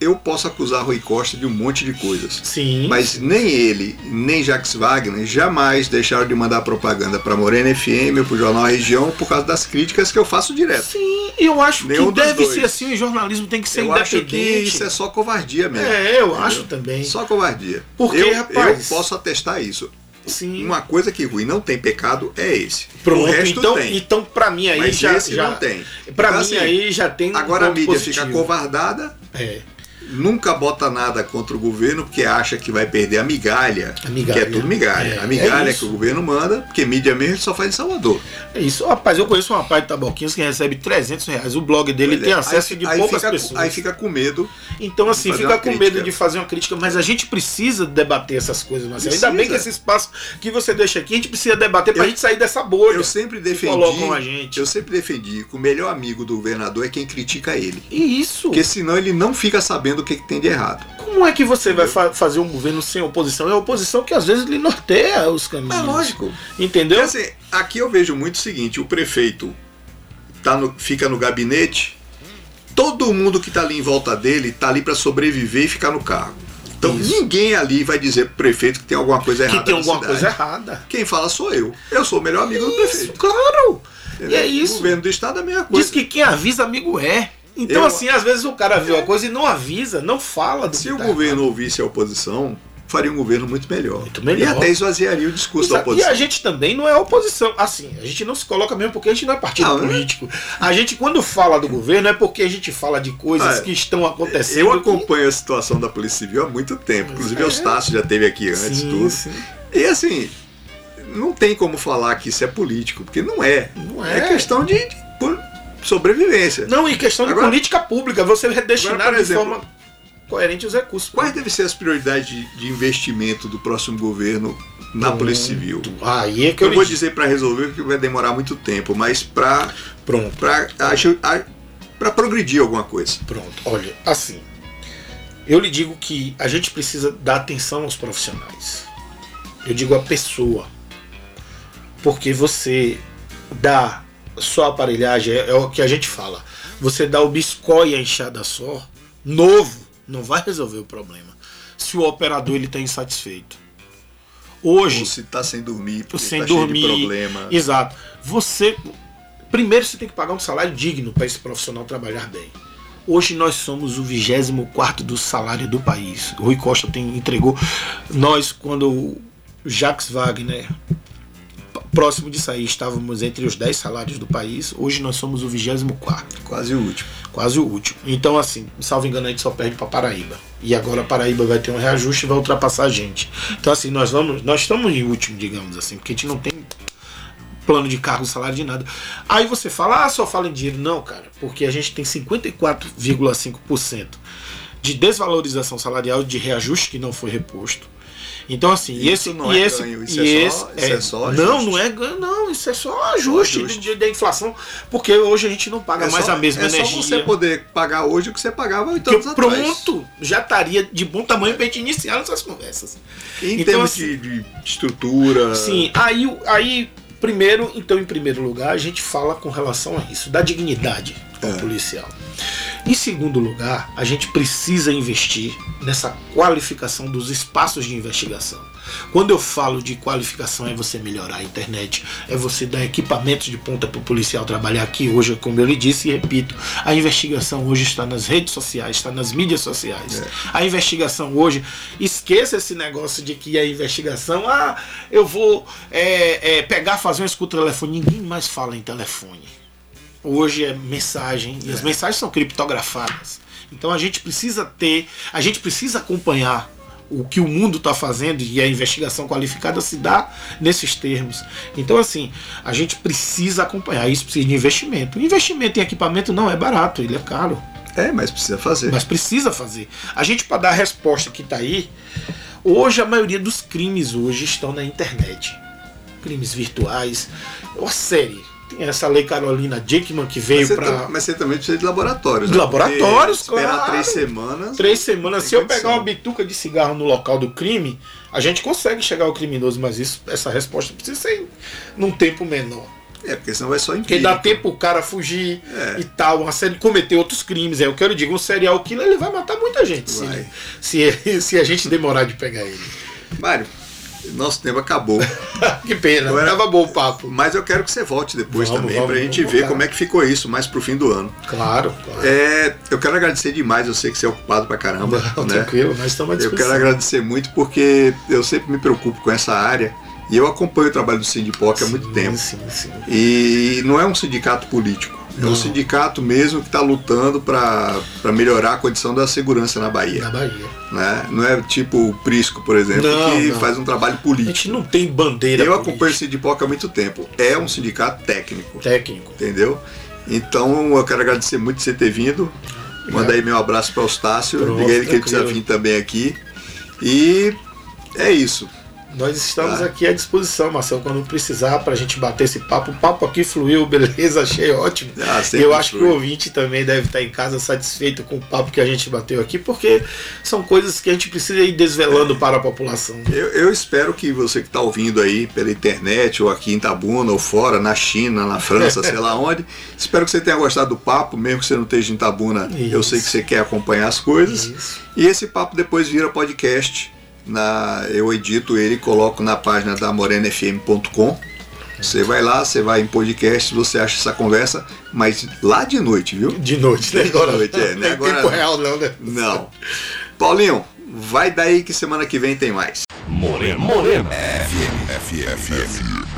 [SPEAKER 1] Eu posso acusar Rui Costa de um monte de coisas.
[SPEAKER 2] Sim.
[SPEAKER 1] Mas nem ele, nem Jax Wagner jamais deixaram de mandar propaganda para Morena FM ou para o Jornal Região por causa das críticas que eu faço direto.
[SPEAKER 2] Sim, eu acho
[SPEAKER 1] Nenhum
[SPEAKER 2] que
[SPEAKER 1] dos
[SPEAKER 2] deve
[SPEAKER 1] dois.
[SPEAKER 2] ser assim, o jornalismo tem que ser
[SPEAKER 1] eu acho que
[SPEAKER 2] independente.
[SPEAKER 1] isso é só covardia mesmo.
[SPEAKER 2] É, eu acho também.
[SPEAKER 1] Só covardia.
[SPEAKER 2] Porque,
[SPEAKER 1] eu,
[SPEAKER 2] rapaz-
[SPEAKER 1] eu posso atestar isso.
[SPEAKER 2] Sim.
[SPEAKER 1] Uma coisa que ruim não tem pecado é esse.
[SPEAKER 2] Pronto,
[SPEAKER 1] o resto
[SPEAKER 2] então,
[SPEAKER 1] tem.
[SPEAKER 2] então pra mim aí
[SPEAKER 1] Mas
[SPEAKER 2] já,
[SPEAKER 1] esse
[SPEAKER 2] já
[SPEAKER 1] não tem.
[SPEAKER 2] Pra
[SPEAKER 1] Então,
[SPEAKER 2] mim
[SPEAKER 1] assim,
[SPEAKER 2] aí já tem um
[SPEAKER 1] Agora a
[SPEAKER 2] ponto
[SPEAKER 1] mídia
[SPEAKER 2] positivo.
[SPEAKER 1] fica covardada,
[SPEAKER 2] É.
[SPEAKER 1] nunca bota nada contra o governo porque acha que vai perder a migalha.
[SPEAKER 2] A migalha.
[SPEAKER 1] Que é tudo migalha.
[SPEAKER 2] É,
[SPEAKER 1] a migalha
[SPEAKER 2] é isso.
[SPEAKER 1] que o governo manda, porque mídia mesmo só faz em Salvador.
[SPEAKER 2] É isso. Rapaz, eu conheço um rapaz de Taboquinhos que recebe 300 reais. O blog dele
[SPEAKER 1] Pois é.
[SPEAKER 2] tem acesso
[SPEAKER 1] Aí
[SPEAKER 2] de
[SPEAKER 1] fi- aí
[SPEAKER 2] poucas
[SPEAKER 1] fica-
[SPEAKER 2] pessoas.
[SPEAKER 1] Aí fica com medo.
[SPEAKER 2] Então, assim,
[SPEAKER 1] fazer
[SPEAKER 2] fica
[SPEAKER 1] uma
[SPEAKER 2] com
[SPEAKER 1] crítica.
[SPEAKER 2] medo de fazer uma crítica, mas a gente precisa debater essas coisas, Marcelo. Ainda bem
[SPEAKER 1] Precisa.
[SPEAKER 2] que esse espaço que você deixa aqui, a gente precisa debater pra
[SPEAKER 1] Eu-
[SPEAKER 2] gente sair dessa bolha.
[SPEAKER 1] Eu sempre
[SPEAKER 2] que
[SPEAKER 1] defendi.
[SPEAKER 2] colocam a gente.
[SPEAKER 1] Eu sempre defendi que o melhor amigo do governador é quem critica ele.
[SPEAKER 2] E isso.
[SPEAKER 1] Porque senão ele não fica sabendo o que, que tem de errado.
[SPEAKER 2] Como é que você vai fa- fazer um governo sem oposição? É a oposição que às vezes lhe norteia os caminhos. Hum.
[SPEAKER 1] É
[SPEAKER 2] Entendeu?
[SPEAKER 1] Então, assim, aqui eu vejo muito o seguinte: o prefeito tá no- fica no gabinete, todo mundo que tá ali em volta dele tá ali para sobreviver e ficar no cargo. Então ninguém ali vai dizer pro prefeito que tem alguma coisa errada.
[SPEAKER 2] que tem
[SPEAKER 1] na
[SPEAKER 2] alguma
[SPEAKER 1] cidade.
[SPEAKER 2] coisa errada.
[SPEAKER 1] Quem fala sou eu. Eu sou o melhor amigo do
[SPEAKER 2] Isso,
[SPEAKER 1] prefeito.
[SPEAKER 2] claro. E é
[SPEAKER 1] entendeu? O
[SPEAKER 2] isso.
[SPEAKER 1] governo do estado é a mesma coisa.
[SPEAKER 2] Diz que quem avisa, amigo é. Então,
[SPEAKER 1] Eu-
[SPEAKER 2] assim, às vezes o cara vê uma coisa e não avisa, não fala do
[SPEAKER 1] Se
[SPEAKER 2] que
[SPEAKER 1] o
[SPEAKER 2] tá
[SPEAKER 1] governo ouvisse a oposição, faria um governo muito melhor.
[SPEAKER 2] Muito melhor.
[SPEAKER 1] E até esvaziaria o discurso da
[SPEAKER 2] Exato. E
[SPEAKER 1] oposição.
[SPEAKER 2] a gente também não é oposição. Assim, a gente não se coloca mesmo porque a gente não é partido
[SPEAKER 1] Não, né?
[SPEAKER 2] político. A gente, quando fala do governo, é porque a gente fala de coisas
[SPEAKER 1] Ah,
[SPEAKER 2] que estão acontecendo.
[SPEAKER 1] Eu
[SPEAKER 2] que-
[SPEAKER 1] acompanho a situação da Polícia Civil há muito tempo. Inclusive, Eustácio já teve aqui antes
[SPEAKER 2] É. Sim,
[SPEAKER 1] tudo.
[SPEAKER 2] sim.
[SPEAKER 1] E assim, não tem como falar que isso é político, porque não é.
[SPEAKER 2] Não
[SPEAKER 1] É,
[SPEAKER 2] é.
[SPEAKER 1] questão de, de por- sobrevivência.
[SPEAKER 2] Não, e questão
[SPEAKER 1] Agora-
[SPEAKER 2] de política pública, você destinar
[SPEAKER 1] Agora, por
[SPEAKER 2] de
[SPEAKER 1] exemplo,
[SPEAKER 2] forma coerente os recursos.
[SPEAKER 1] Quais devem ser as prioridades de, de investimento do próximo governo na Polícia Civil?
[SPEAKER 2] Aí é que eu,
[SPEAKER 1] Eu vou
[SPEAKER 2] digo.
[SPEAKER 1] dizer para resolver, porque vai demorar muito tempo, mas para
[SPEAKER 2] Pronto,
[SPEAKER 1] para progredir alguma coisa.
[SPEAKER 2] pronto. Olha, assim, eu lhe digo que a gente precisa dar atenção aos profissionais. Eu digo a pessoa. Porque você dá só aparelhagem, é, é o que a gente fala. Você dá o biscoito e a enxada só, novo, não vai resolver o problema. Se o operador ele está insatisfeito. Hoje,
[SPEAKER 1] Ou se tá sem dormir, porque
[SPEAKER 2] sem
[SPEAKER 1] tá
[SPEAKER 2] dormir.
[SPEAKER 1] cheio de problema.
[SPEAKER 2] Exato. Você. Primeiro você tem que pagar um salário digno para esse profissional trabalhar bem. Hoje nós somos o 24 do salário do país. Rui Costa tem, entregou. Nós, quando o Jacques Wagner, p- próximo de sair, estávamos entre os 10 salários do país, hoje nós somos o 24
[SPEAKER 1] Quase o último.
[SPEAKER 2] quase o último. Então, assim, salvo engano, a gente só perde para Paraíba. E agora a Paraíba vai ter um reajuste e vai ultrapassar a gente. Então, assim, nós vamos, nós estamos em último, digamos assim, porque a gente não tem plano de cargo, salário de nada. Aí você fala, ah, só fala em dinheiro. Não, cara, porque a gente tem 54,5% de desvalorização salarial de reajuste que não foi reposto. Então, assim, e
[SPEAKER 1] Isso
[SPEAKER 2] esse,
[SPEAKER 1] não
[SPEAKER 2] e
[SPEAKER 1] é
[SPEAKER 2] esse,
[SPEAKER 1] ganho,
[SPEAKER 2] e
[SPEAKER 1] isso é
[SPEAKER 2] esse
[SPEAKER 1] só- isso é só
[SPEAKER 2] não,
[SPEAKER 1] ajuste.
[SPEAKER 2] não é ganho, não, isso é só ajuste,
[SPEAKER 1] ajuste.
[SPEAKER 2] de- de- da inflação, porque hoje a gente não paga mais
[SPEAKER 1] só,
[SPEAKER 2] a mesma
[SPEAKER 1] é só
[SPEAKER 2] energia.
[SPEAKER 1] você poder pagar hoje o que você pagava oito
[SPEAKER 2] Porque
[SPEAKER 1] anos atrás.
[SPEAKER 2] pronto, já estaria de bom tamanho pra gente iniciar nossas conversas.
[SPEAKER 1] Em
[SPEAKER 2] Então,
[SPEAKER 1] termos
[SPEAKER 2] assim-
[SPEAKER 1] de, de estrutura.
[SPEAKER 2] Sim, aí, o- aí primeiro, então em primeiro lugar, a gente fala com relação a isso, da dignidade ao policial. Em segundo lugar, a gente precisa investir nessa qualificação dos espaços de investigação. Quando eu falo de qualificação, é você melhorar a internet, é você dar equipamentos de ponta para o policial trabalhar aqui hoje, como eu lhe disse e repito, a investigação hoje está nas redes sociais, está nas mídias sociais. A investigação hoje, esqueça esse negócio de que a investigação, ah, eu vou é, é, pegar, fazer um escuta-telefone. Ninguém mais fala em telefone hoje é mensagem e as mensagens são criptografadas. Então a gente precisa ter, a gente precisa acompanhar o que o mundo está fazendo e a investigação qualificada se dá nesses termos. Então assim, a gente precisa acompanhar isso, precisa de investimento. O investimento em equipamento não é barato, ele é caro,
[SPEAKER 1] É, mas precisa fazer.
[SPEAKER 2] mas precisa fazer. A gente para dar a resposta que está aí, hoje a maioria dos crimes hoje estão na internet. Crimes virtuais, uma série. Tem essa lei Carolina Dickman que
[SPEAKER 1] Mas
[SPEAKER 2] veio
[SPEAKER 1] você, tá-
[SPEAKER 2] para
[SPEAKER 1] tam- mas você também precisa de laboratórios.
[SPEAKER 2] De
[SPEAKER 1] né? Porque
[SPEAKER 2] laboratórios,
[SPEAKER 1] Esperar
[SPEAKER 2] claro.
[SPEAKER 1] três semanas.
[SPEAKER 2] Três semanas,
[SPEAKER 1] Tem
[SPEAKER 2] se eu
[SPEAKER 1] condição.
[SPEAKER 2] pegar uma bituca de cigarro no local do crime, a gente consegue chegar ao criminoso, mas isso, essa resposta precisa ser num tempo menor.
[SPEAKER 1] É, porque senão vai só
[SPEAKER 2] Porque
[SPEAKER 1] impedir.
[SPEAKER 2] dá tempo o cara fugir
[SPEAKER 1] É.
[SPEAKER 2] e tal, uma série, cometer outros crimes. É o que eu digo, um serial killer ele vai matar muita gente se,
[SPEAKER 1] Vai.
[SPEAKER 2] se, ele- (laughs) se a gente demorar de pegar ele.
[SPEAKER 1] (laughs) Mário, nosso tempo
[SPEAKER 2] (laughs)
[SPEAKER 1] acabou.
[SPEAKER 2] que pena,
[SPEAKER 1] Agora-
[SPEAKER 2] tava bom o papo.
[SPEAKER 1] Mas eu quero que você volte depois
[SPEAKER 2] Vamos,
[SPEAKER 1] também,
[SPEAKER 2] vamos,
[SPEAKER 1] pra gente
[SPEAKER 2] vamos
[SPEAKER 1] ver
[SPEAKER 2] voltar.
[SPEAKER 1] como é que ficou isso mais pro fim do ano.
[SPEAKER 2] Claro, claro.
[SPEAKER 1] É, eu quero agradecer demais, eu sei que você é ocupado pra caramba.
[SPEAKER 2] Não,
[SPEAKER 1] né?
[SPEAKER 2] Tranquilo, mas estamos à
[SPEAKER 1] Eu
[SPEAKER 2] disposição.
[SPEAKER 1] quero agradecer muito porque eu sempre me preocupo com essa área e eu acompanho o trabalho do Sindipoc há muito
[SPEAKER 2] Sim,
[SPEAKER 1] tempo.
[SPEAKER 2] Sim, sim.
[SPEAKER 1] E não é um sindicato político, é um
[SPEAKER 2] Não.
[SPEAKER 1] sindicato mesmo que está lutando para melhorar a condição da segurança na Bahia.
[SPEAKER 2] Na Bahia.
[SPEAKER 1] né? Não é tipo o Prisco, por exemplo,
[SPEAKER 2] Não,
[SPEAKER 1] que
[SPEAKER 2] não.
[SPEAKER 1] faz um trabalho
[SPEAKER 2] A
[SPEAKER 1] político.
[SPEAKER 2] gente não tem bandeira
[SPEAKER 1] Eu
[SPEAKER 2] política,
[SPEAKER 1] acompanho o Sindipoca há muito tempo. É um sindicato técnico,
[SPEAKER 2] técnico.
[SPEAKER 1] entendeu? Então eu quero agradecer muito você ter vindo. Manda aí meu abraço para o Eustácio.
[SPEAKER 2] Pronto,
[SPEAKER 1] Diga ele que ele precisa
[SPEAKER 2] tranquilo.
[SPEAKER 1] vir também aqui. E é isso.
[SPEAKER 2] Nós estamos
[SPEAKER 1] Tá.
[SPEAKER 2] aqui à disposição, Marcelo, quando precisar, para a gente bater esse papo. O papo aqui fluiu, (laughs) beleza, achei ótimo.
[SPEAKER 1] Ah, sempre
[SPEAKER 2] Eu acho
[SPEAKER 1] foi.
[SPEAKER 2] que o ouvinte também deve estar em casa satisfeito com o papo que a gente bateu aqui, porque são coisas que a gente precisa ir
[SPEAKER 1] É.
[SPEAKER 2] desvelando para a população.
[SPEAKER 1] Eu, eu espero que você que está ouvindo aí pela internet, ou aqui em Tabuna, ou fora, na China, na França, sei lá onde, espero que você tenha gostado do papo, mesmo que você não esteja em Tabuna, eu sei que
[SPEAKER 2] Isso.
[SPEAKER 1] você quer acompanhar as coisas.
[SPEAKER 2] Isso.
[SPEAKER 1] E esse papo depois vira podcast. Na, eu edito ele e coloco na página da morenafm.com. Você vai lá, você vai em podcast, você acha essa conversa, mas lá de noite, viu?
[SPEAKER 2] De noite, né? Agora,
[SPEAKER 1] De noite, é, né?
[SPEAKER 2] (laughs) não tem
[SPEAKER 1] Agora-
[SPEAKER 2] tempo real, não, né?
[SPEAKER 1] Não. Paulinho, vai daí que semana que vem tem mais.
[SPEAKER 6] Morena. Morena.
[SPEAKER 7] FFF.